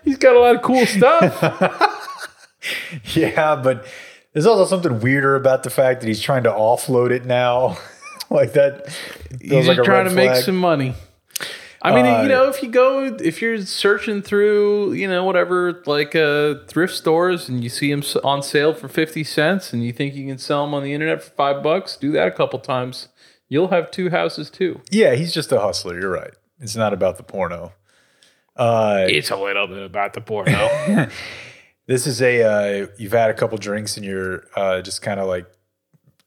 Speaker 4: He's got a lot of cool stuff.
Speaker 5: Yeah, but there's also something weirder about the fact that he's trying to offload it now. like that.
Speaker 4: He's
Speaker 5: feels like
Speaker 4: just
Speaker 5: a
Speaker 4: trying
Speaker 5: red
Speaker 4: to make
Speaker 5: flag.
Speaker 4: some money. I mean,
Speaker 5: Uh,
Speaker 4: you know, if you go, if you're searching through, you know, whatever, like uh, thrift stores, and you see them on sale for fifty cents, and you think you can sell them on the internet for five bucks, do that a couple times, you'll have two houses too.
Speaker 5: Yeah, he's just a hustler. You're right. It's not about the porno. Uh,
Speaker 4: It's a little bit about the porno.
Speaker 5: This is a uh, you've had a couple drinks and you're uh, just kind of like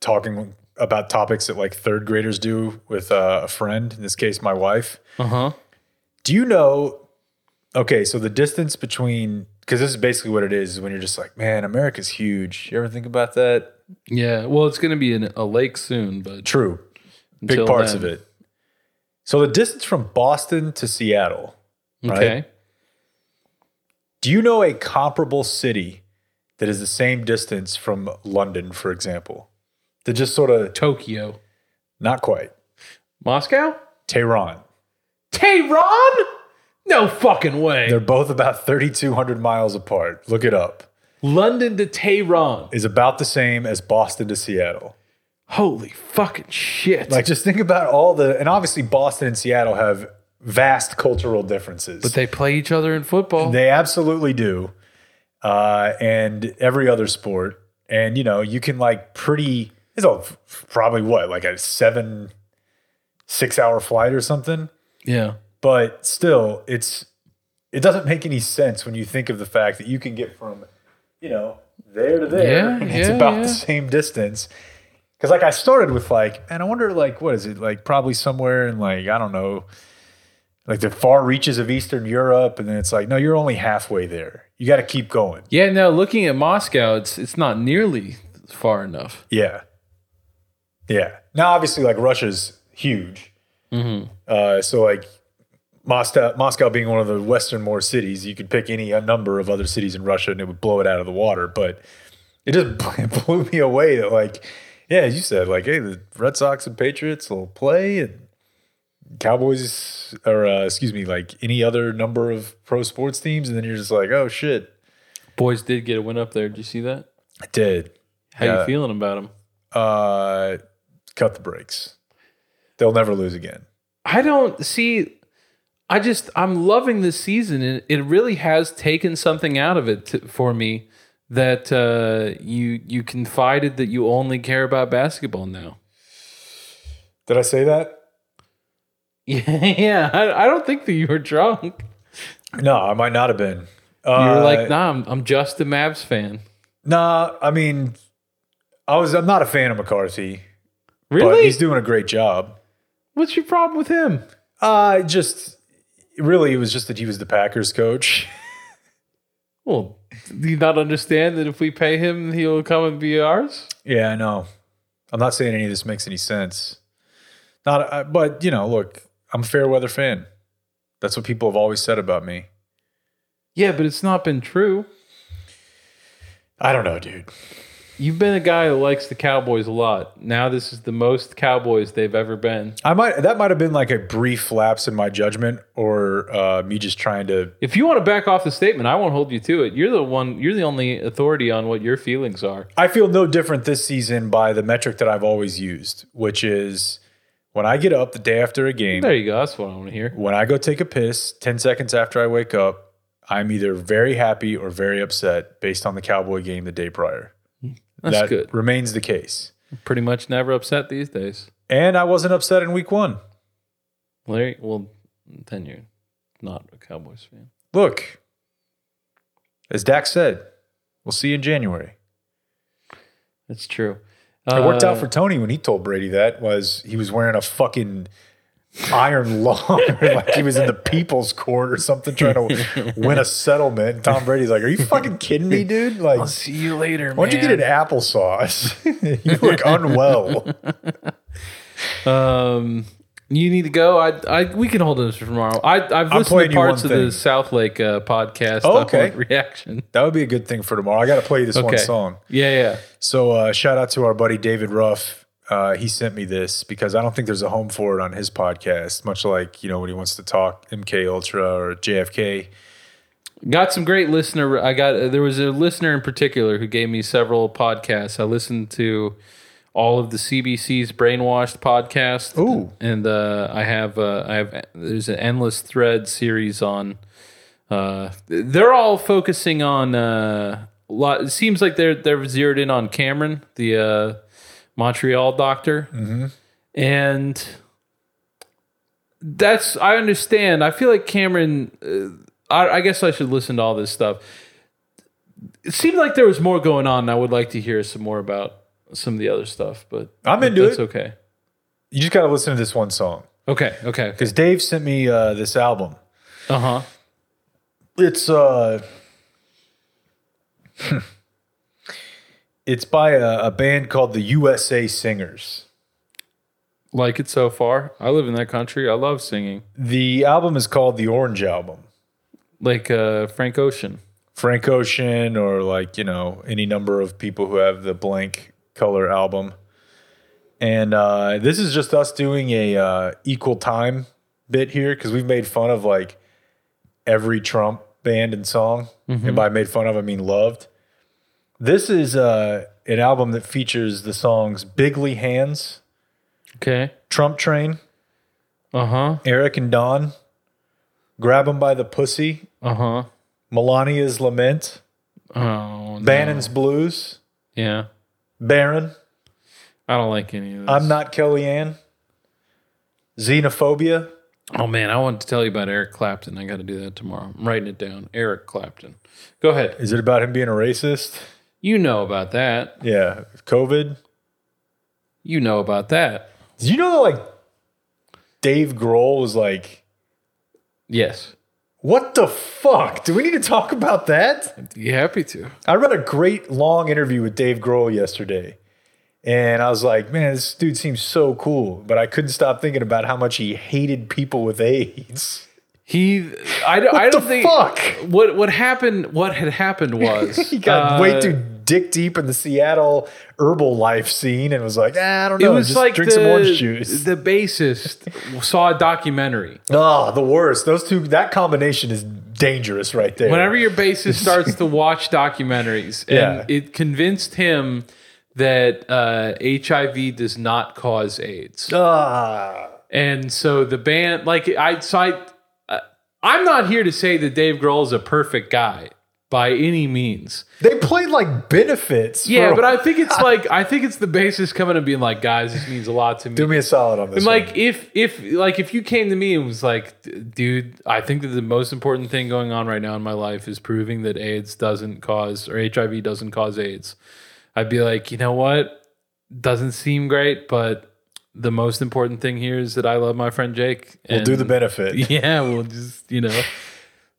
Speaker 5: talking about topics that like third graders do with uh, a friend. In this case, my wife.
Speaker 4: uh huh.
Speaker 5: Do you know? Okay, so the distance between because this is basically what it is, is when you're just like, man, America's huge. You ever think about that?
Speaker 4: Yeah. Well, it's going to be in a lake soon, but
Speaker 5: True, big
Speaker 4: until
Speaker 5: parts
Speaker 4: then-
Speaker 5: of it. So the distance from Boston to Seattle.
Speaker 4: Okay.
Speaker 5: Do you know a comparable city that is the same distance from London, for example. That just sort of
Speaker 4: Tokyo,
Speaker 5: not quite.
Speaker 4: Moscow,
Speaker 5: Tehran.
Speaker 4: Tehran. No fucking way.
Speaker 5: They're both about 3,200 miles apart. Look it up.
Speaker 4: London to Tehran.
Speaker 5: Is about the same as Boston to Seattle.
Speaker 4: Holy fucking shit.
Speaker 5: Like, just think about all the, and obviously, Boston and Seattle have vast cultural differences.
Speaker 4: but they play each other in football.
Speaker 5: They absolutely do. Uh, and every other sport. And, you know, you can like pretty, it's a, probably what, like a seven, six hour flight or something.
Speaker 4: yeah.
Speaker 5: But still, it's, it doesn't make any sense when you think of the fact that you can get from, you know, there to there.
Speaker 4: Yeah,
Speaker 5: and it's
Speaker 4: yeah,
Speaker 5: about
Speaker 4: yeah.
Speaker 5: the same distance. Cause like I started with like, and I wonder like, what is it? Like probably somewhere in like, I don't know, like the far reaches of Eastern Europe, and then it's like, no, you're only halfway there. You got to keep going.
Speaker 4: Yeah, no, looking at Moscow, it's it's not nearly far enough.
Speaker 5: Yeah, yeah. Now, obviously, like Russia's huge, uh, so like Moscow, Moscow being one of the westernmost cities, you could pick any a number of other cities in Russia, and it would blow it out of the water. But it just it blew me away that like, yeah, as you said, like, hey, the Red Sox and Patriots will play and. Cowboys, or uh, excuse me, like any other number of pro sports teams, and then you're just like, oh shit,
Speaker 4: Boys did get a win up there. Did you see that?
Speaker 5: I did.
Speaker 4: How
Speaker 5: Yeah.
Speaker 4: you feeling about them?
Speaker 5: uh, cut the brakes. They'll never lose again.
Speaker 4: I don't see. I just I'm loving this season, and it really has taken something out of it to, for me. That uh, you you confided that you only care about basketball now.
Speaker 5: Did I say that?
Speaker 4: Yeah, yeah. I, I don't think that you were drunk.
Speaker 5: No, I might not have been.
Speaker 4: You
Speaker 5: Uh,
Speaker 4: were like, nah, I'm, I'm just a Mavs fan.
Speaker 5: nah. I mean, I was. I'm not a fan of McCarthy, but
Speaker 4: Really?
Speaker 5: he's doing a great job.
Speaker 4: What's your problem with him?
Speaker 5: Uh just really, it was just that he was the Packers coach.
Speaker 4: Well, do you not understand that if we pay him, he'll come and be ours?
Speaker 5: yeah, I know. I'm not saying any of this makes any sense. Not, uh, but you know, look, I'm a fair weather fan. That's what people have always said about me.
Speaker 4: Yeah, but it's not been true.
Speaker 5: I don't know, dude.
Speaker 4: You've been a guy who likes the Cowboys a lot. Now this is the most Cowboys they've ever been.
Speaker 5: I might that might have been like a brief lapse in my judgment, or uh, me just trying to.
Speaker 4: If you want to back off the statement, I won't hold you to it. You're the one. You're the only authority on what your feelings are.
Speaker 5: I feel no different this season by the metric that I've always used, which is when I get up the day after a game,
Speaker 4: There you go. That's what I want to hear.
Speaker 5: when I go take a piss, ten seconds after I wake up, I'm either very happy or very upset based on the Cowboy game the day prior.
Speaker 4: Hmm. That's
Speaker 5: that
Speaker 4: good.
Speaker 5: remains the case,
Speaker 4: Pretty much never upset these days.
Speaker 5: and I wasn't upset in week one.
Speaker 4: Larry, well, then you're not a Cowboys fan.
Speaker 5: Look, as Dak said, we'll see you in January.
Speaker 4: That's true.
Speaker 5: It worked
Speaker 4: Uh,
Speaker 5: out for Tony when he told Brady that was he was wearing a fucking iron lung, like he was in the people's court or something, trying to win a settlement. And Tom Brady's like, "Are you fucking kidding me, dude? Like, why
Speaker 4: See you later,
Speaker 5: don't you get an applesauce? you look unwell."
Speaker 4: Um, you need to go. I, I, we can hold this for tomorrow. I, I've listened
Speaker 5: playing
Speaker 4: to
Speaker 5: you one
Speaker 4: parts of
Speaker 5: thing.
Speaker 4: the South Lake uh, podcast.
Speaker 5: Oh,
Speaker 4: I
Speaker 5: okay.
Speaker 4: want reaction.
Speaker 5: That would be a good thing for tomorrow. I got to play you this
Speaker 4: Okay.
Speaker 5: one song.
Speaker 4: Yeah, yeah.
Speaker 5: So uh, shout out to our buddy David Ruff. Uh, he sent me this because I don't think there's a home for it on his podcast. Much like you know when he wants to talk MK Ultra or JFK.
Speaker 4: Got some great listener. I got there was a listener in particular who gave me several podcasts. I listened to all of the CBC's Brainwashed podcast.
Speaker 5: Ooh.
Speaker 4: and uh, I have uh, I have there's an endless thread series on. Uh, they're all focusing on uh, lot. It seems like they're they're zeroed in on Cameron, the uh, Montreal doctor, and that's I understand. I feel like Cameron. Uh, I, I guess I should listen to all this stuff. It seemed like there was more going on, and I would like to hear some more about some of the other stuff. But
Speaker 5: I'm into
Speaker 4: that's
Speaker 5: it.
Speaker 4: okay.
Speaker 5: You just got to listen to this one song.
Speaker 4: Okay. Okay.
Speaker 5: because Dave sent me uh, this album.
Speaker 4: Uh huh.
Speaker 5: It's uh, it's by a, a band called the USA Singers.
Speaker 4: Like it so far. I live in that country. I love singing.
Speaker 5: The album is called the Orange Album.
Speaker 4: Like uh, Frank Ocean.
Speaker 5: Frank Ocean or like, you know, any number of people who have the blank color album. And uh, this is just us doing a uh, equal time bit here because we've made fun of like every Trump band and song. And by made fun of, I mean loved. This is uh, an album that features the songs Bigly Hands,
Speaker 4: Okay.
Speaker 5: Trump Train,
Speaker 4: Uh huh.
Speaker 5: Eric and Don, Grab 'em by the Pussy,
Speaker 4: Uh huh.
Speaker 5: Melania's Lament,
Speaker 4: Oh, no.
Speaker 5: Bannon's Blues,
Speaker 4: Yeah.
Speaker 5: Baron,
Speaker 4: I don't like any of this.
Speaker 5: I'm Not Kellyanne, Xenophobia.
Speaker 4: Oh man, I wanted to tell you about Eric Clapton. I got to do that tomorrow. I'm writing it down. Eric Clapton. Go ahead.
Speaker 5: Is it about him being a racist?
Speaker 4: You know about that.
Speaker 5: Yeah. COVID.
Speaker 4: You know about that.
Speaker 5: Did you know that like Dave Grohl was like,
Speaker 4: Yes.
Speaker 5: what the fuck? Do we need to talk about that?
Speaker 4: I'd be happy to.
Speaker 5: I read a great long interview with Dave Grohl yesterday. And I was like, man, this dude seems so cool. But I couldn't stop thinking about how much he hated people with AIDS.
Speaker 4: He. I. don't- I
Speaker 5: What
Speaker 4: don't
Speaker 5: the
Speaker 4: think.
Speaker 5: fuck?
Speaker 4: What What happened? What had happened was
Speaker 5: He got
Speaker 4: uh,
Speaker 5: way too dick deep in the Seattle herbal life scene and was like, ah, I don't
Speaker 4: It
Speaker 5: know.
Speaker 4: was
Speaker 5: just
Speaker 4: like
Speaker 5: drink
Speaker 4: the,
Speaker 5: some orange juice.
Speaker 4: The bassist saw a documentary.
Speaker 5: oh, the worst. Those two, that combination is dangerous right there.
Speaker 4: Whenever your bassist starts to watch documentaries,
Speaker 5: Yeah.
Speaker 4: and it convinced him that uh, HIV does not cause AIDS.
Speaker 5: Ah,
Speaker 4: And so the band, like I, so I, uh, I'm not here to say that Dave Grohl is a perfect guy by any means.
Speaker 5: they played like benefits.
Speaker 4: Yeah,
Speaker 5: for-
Speaker 4: but I think it's like I think it's the bassist coming and being like, guys, this means a lot to me.
Speaker 5: do me a solid on this.
Speaker 4: and
Speaker 5: one.
Speaker 4: like if if like if you came to me and was like, "D- dude, I think that the most important thing going on right now in my life is proving that AIDS doesn't cause or HIV doesn't cause AIDS. I'd be like, you know what? Doesn't seem great, but the most important thing here is that I love my friend Jake.
Speaker 5: we'll do the benefit.
Speaker 4: yeah, we'll just you know.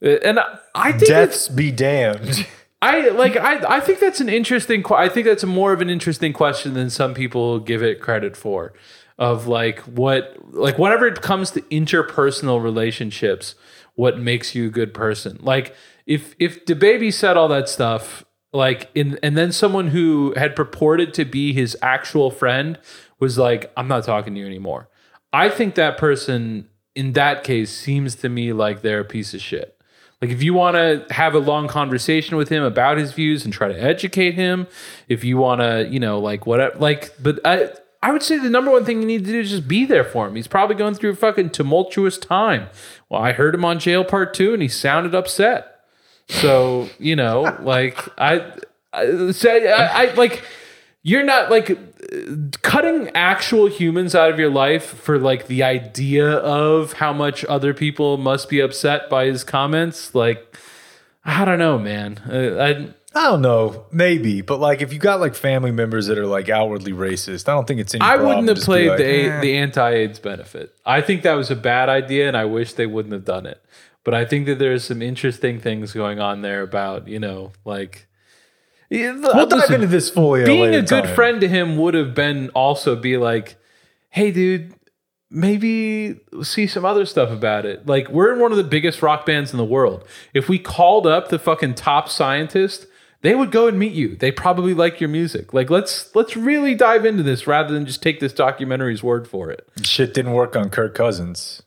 Speaker 4: Uh, And I- I think it's,
Speaker 5: Deaths be damned.
Speaker 4: I like I I think that's an interesting. que- I think that's more of an interesting question than some people give it credit for. Of like what like whenever it comes to interpersonal relationships, what makes you a good person? Like if if the baby said all that stuff, like in and then someone who had purported to be his actual friend was like, I'm not talking to you anymore. I think that person in that case seems to me like they're a piece of shit. Like if you want to have a long conversation with him about his views and try to educate him, if you want to, you know, like whatever, like, but I, I would say the number one thing you need to do is just be there for him. He's probably going through a fucking tumultuous time. Well, I heard him on Jail Part Two, and he sounded upset. So you know, like I, I say, I, I like you're not like cutting actual humans out of your life for like the idea of how much other people must be upset by his comments like i don't know man Uh,
Speaker 5: I don't know, maybe, but like if you got like family members that are like outwardly racist, I don't think it's any.
Speaker 4: i, I
Speaker 5: problem
Speaker 4: wouldn't have
Speaker 5: just be
Speaker 4: played
Speaker 5: like,
Speaker 4: the, A-
Speaker 5: "Eh."
Speaker 4: the anti-aids benefit i think that was a bad idea and i wish they wouldn't have done it but i think that there's some interesting things going on there about you know like
Speaker 5: We'll dive into this fully. at
Speaker 4: being
Speaker 5: later
Speaker 4: a good
Speaker 5: time.
Speaker 4: friend to him would have been also be like, hey, dude, maybe see some other stuff about it. Like, we're in one of the biggest rock bands in the world. If we called up the fucking top scientist, they would go and meet you. They probably like your music. Like, let's let's really dive into this rather than just take this documentary's word for it.
Speaker 5: Shit didn't work on Kirk Cousins.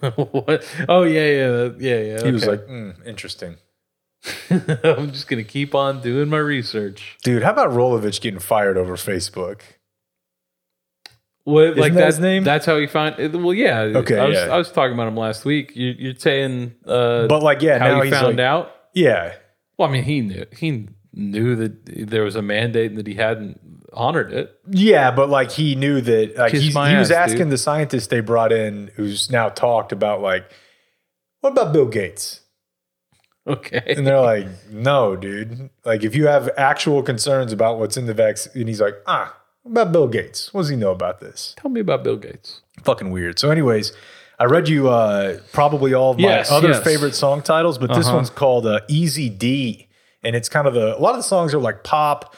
Speaker 4: What? Oh yeah, yeah, yeah, yeah.
Speaker 5: He was
Speaker 4: okay.
Speaker 5: like, "Mm, interesting.
Speaker 4: I'm just gonna keep on doing my research.
Speaker 5: Dude, how about Rolovich getting fired over Facebook?
Speaker 4: What, like
Speaker 5: that
Speaker 4: that-
Speaker 5: his name?
Speaker 4: That's how he found. Well, yeah.
Speaker 5: Okay,
Speaker 4: I was,
Speaker 5: yeah.
Speaker 4: I was talking about him last week. You, you're saying uh,
Speaker 5: But like, yeah,
Speaker 4: how
Speaker 5: now
Speaker 4: he
Speaker 5: he's
Speaker 4: found
Speaker 5: like,
Speaker 4: out.
Speaker 5: yeah,
Speaker 4: Well, I mean, he knew he knew that there was a mandate and that he hadn't honored it.
Speaker 5: yeah, but like he knew that like
Speaker 4: Kiss
Speaker 5: he's, he
Speaker 4: my
Speaker 5: was
Speaker 4: ass,
Speaker 5: asking
Speaker 4: dude.
Speaker 5: the scientist they brought in, who's now talked about like, what about Bill Gates?
Speaker 4: Okay.
Speaker 5: And they're like, no, dude. Like, if you have actual concerns about what's in the vaccine, and he's like, ah, what about Bill Gates? What does he know about this?
Speaker 4: Tell me about Bill Gates.
Speaker 5: Fucking weird. So, anyways, I read you uh, probably all of my
Speaker 4: Yes,
Speaker 5: other
Speaker 4: yes. Uh-huh.
Speaker 5: favorite song titles, but this one's called uh, Easy D. And it's kind of the, a lot of the songs are like pop,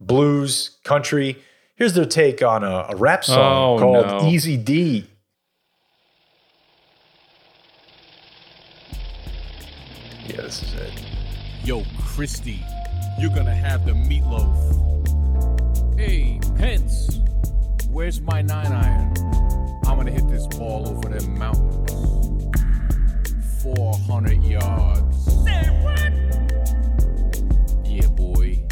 Speaker 5: blues, country. Here's their take on a, a rap song
Speaker 4: Oh,
Speaker 5: called
Speaker 4: no.
Speaker 5: Easy D. Yeah, this is it.
Speaker 1: Yo, Christy, you're gonna have the meatloaf. Hey, Pence, where's my nine iron? I'm gonna hit this ball over them mountains. 400 yards. Say what? Yeah, boy.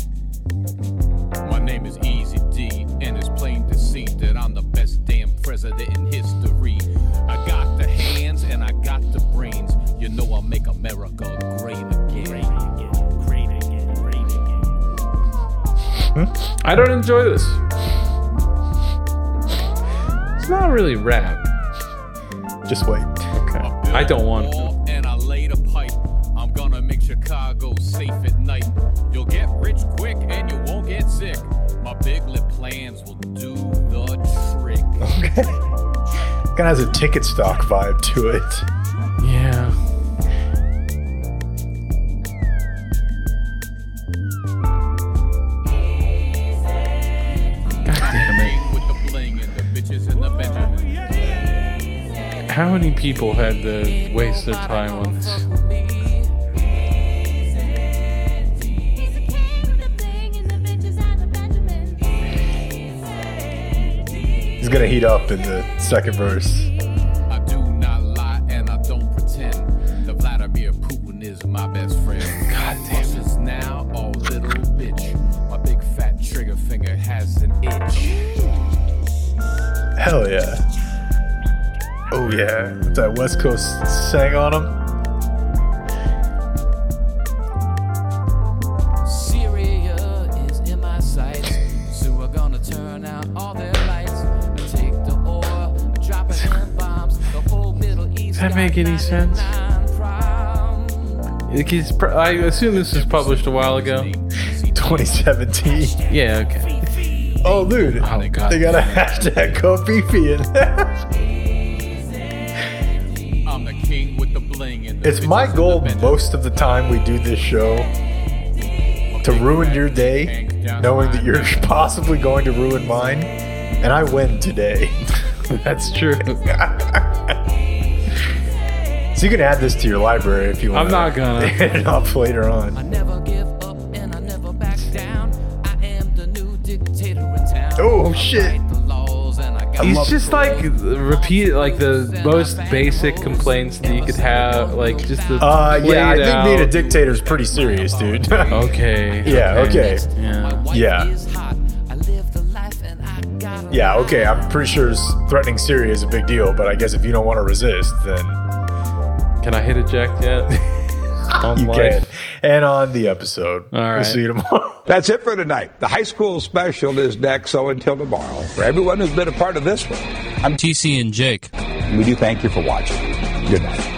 Speaker 1: My name is Easy D, and it's plain to see that I'm the best damn president in history. I got the hands and I got the brains. You know I'll make America great again.
Speaker 4: I don't enjoy this. It's not really rap.
Speaker 5: Just wait.
Speaker 4: I don't want to.
Speaker 1: Wall And I laid a pipe. I'm gonna make Chicago safe at night. You'll get rich quick and you won't get sick. My big lip plans will do the trick.
Speaker 5: Kind of has a ticket stock vibe to it.
Speaker 4: Yeah.
Speaker 1: Ring with the bling and the bitches and the Benjamins.
Speaker 4: How many people had to waste their time on this?
Speaker 6: He's the king of the bling and the bitches and the Benjamins.
Speaker 5: He's gonna heat up in the second verse.
Speaker 1: I do not lie and I don't pretend. The Vladimir Putin is my best friend. God damn it. now a little bitch. My big fat trigger finger has an itch.
Speaker 5: Hell yeah. Oh yeah. With that West Coast sang on him.
Speaker 1: Syria is in my sights. Soon we're gonna turn out all their lights. And take the oil, drop it in bombs. The whole Middle East.
Speaker 4: that
Speaker 1: got
Speaker 4: make any sense?
Speaker 1: 99 problems.
Speaker 4: It gets pr- I assume this was published a while ago.
Speaker 5: 2017.
Speaker 4: Yeah, okay.
Speaker 5: Oh dude.
Speaker 4: Oh, God.
Speaker 5: They got a hashtag Kofifi in there.
Speaker 1: I'm the king with the bling. And the
Speaker 5: It's my
Speaker 1: bitches and
Speaker 5: goal
Speaker 1: the bitches.
Speaker 5: most of the time we do this show to ruin your day, knowing that you're possibly going to ruin mine, and I win today.
Speaker 4: That's true.
Speaker 5: So you can add this to your library if you want.
Speaker 4: I'm not gonna.
Speaker 5: Hit it up later
Speaker 7: I
Speaker 5: on.
Speaker 7: never give up and I never back down. I am the new dictator in town.
Speaker 5: Oh, shit.
Speaker 7: I write the laws and I got
Speaker 4: He's just like repeat like the most basic complaints that you could have, like just the
Speaker 5: Uh, yeah, I
Speaker 4: laid
Speaker 5: think being a
Speaker 4: out-
Speaker 5: dictator is pretty serious, dude.
Speaker 4: Okay.
Speaker 5: Yeah, okay.
Speaker 4: Yeah.
Speaker 7: wife
Speaker 5: yeah.
Speaker 7: is hot. I live the life and I got a
Speaker 5: yeah, okay, I'm pretty sure s- threatening Syria is a big deal, but I guess if you don't want to resist, then
Speaker 4: Can I hit eject yet? On
Speaker 5: you
Speaker 4: life?
Speaker 5: can. And on the episode.
Speaker 4: All
Speaker 5: We'll
Speaker 4: right.
Speaker 5: see you tomorrow.
Speaker 8: That's it for tonight. The high school special is next, so until tomorrow, for everyone who's been a part of this one,
Speaker 3: TC and Jake.
Speaker 8: we do thank you for watching. Good night.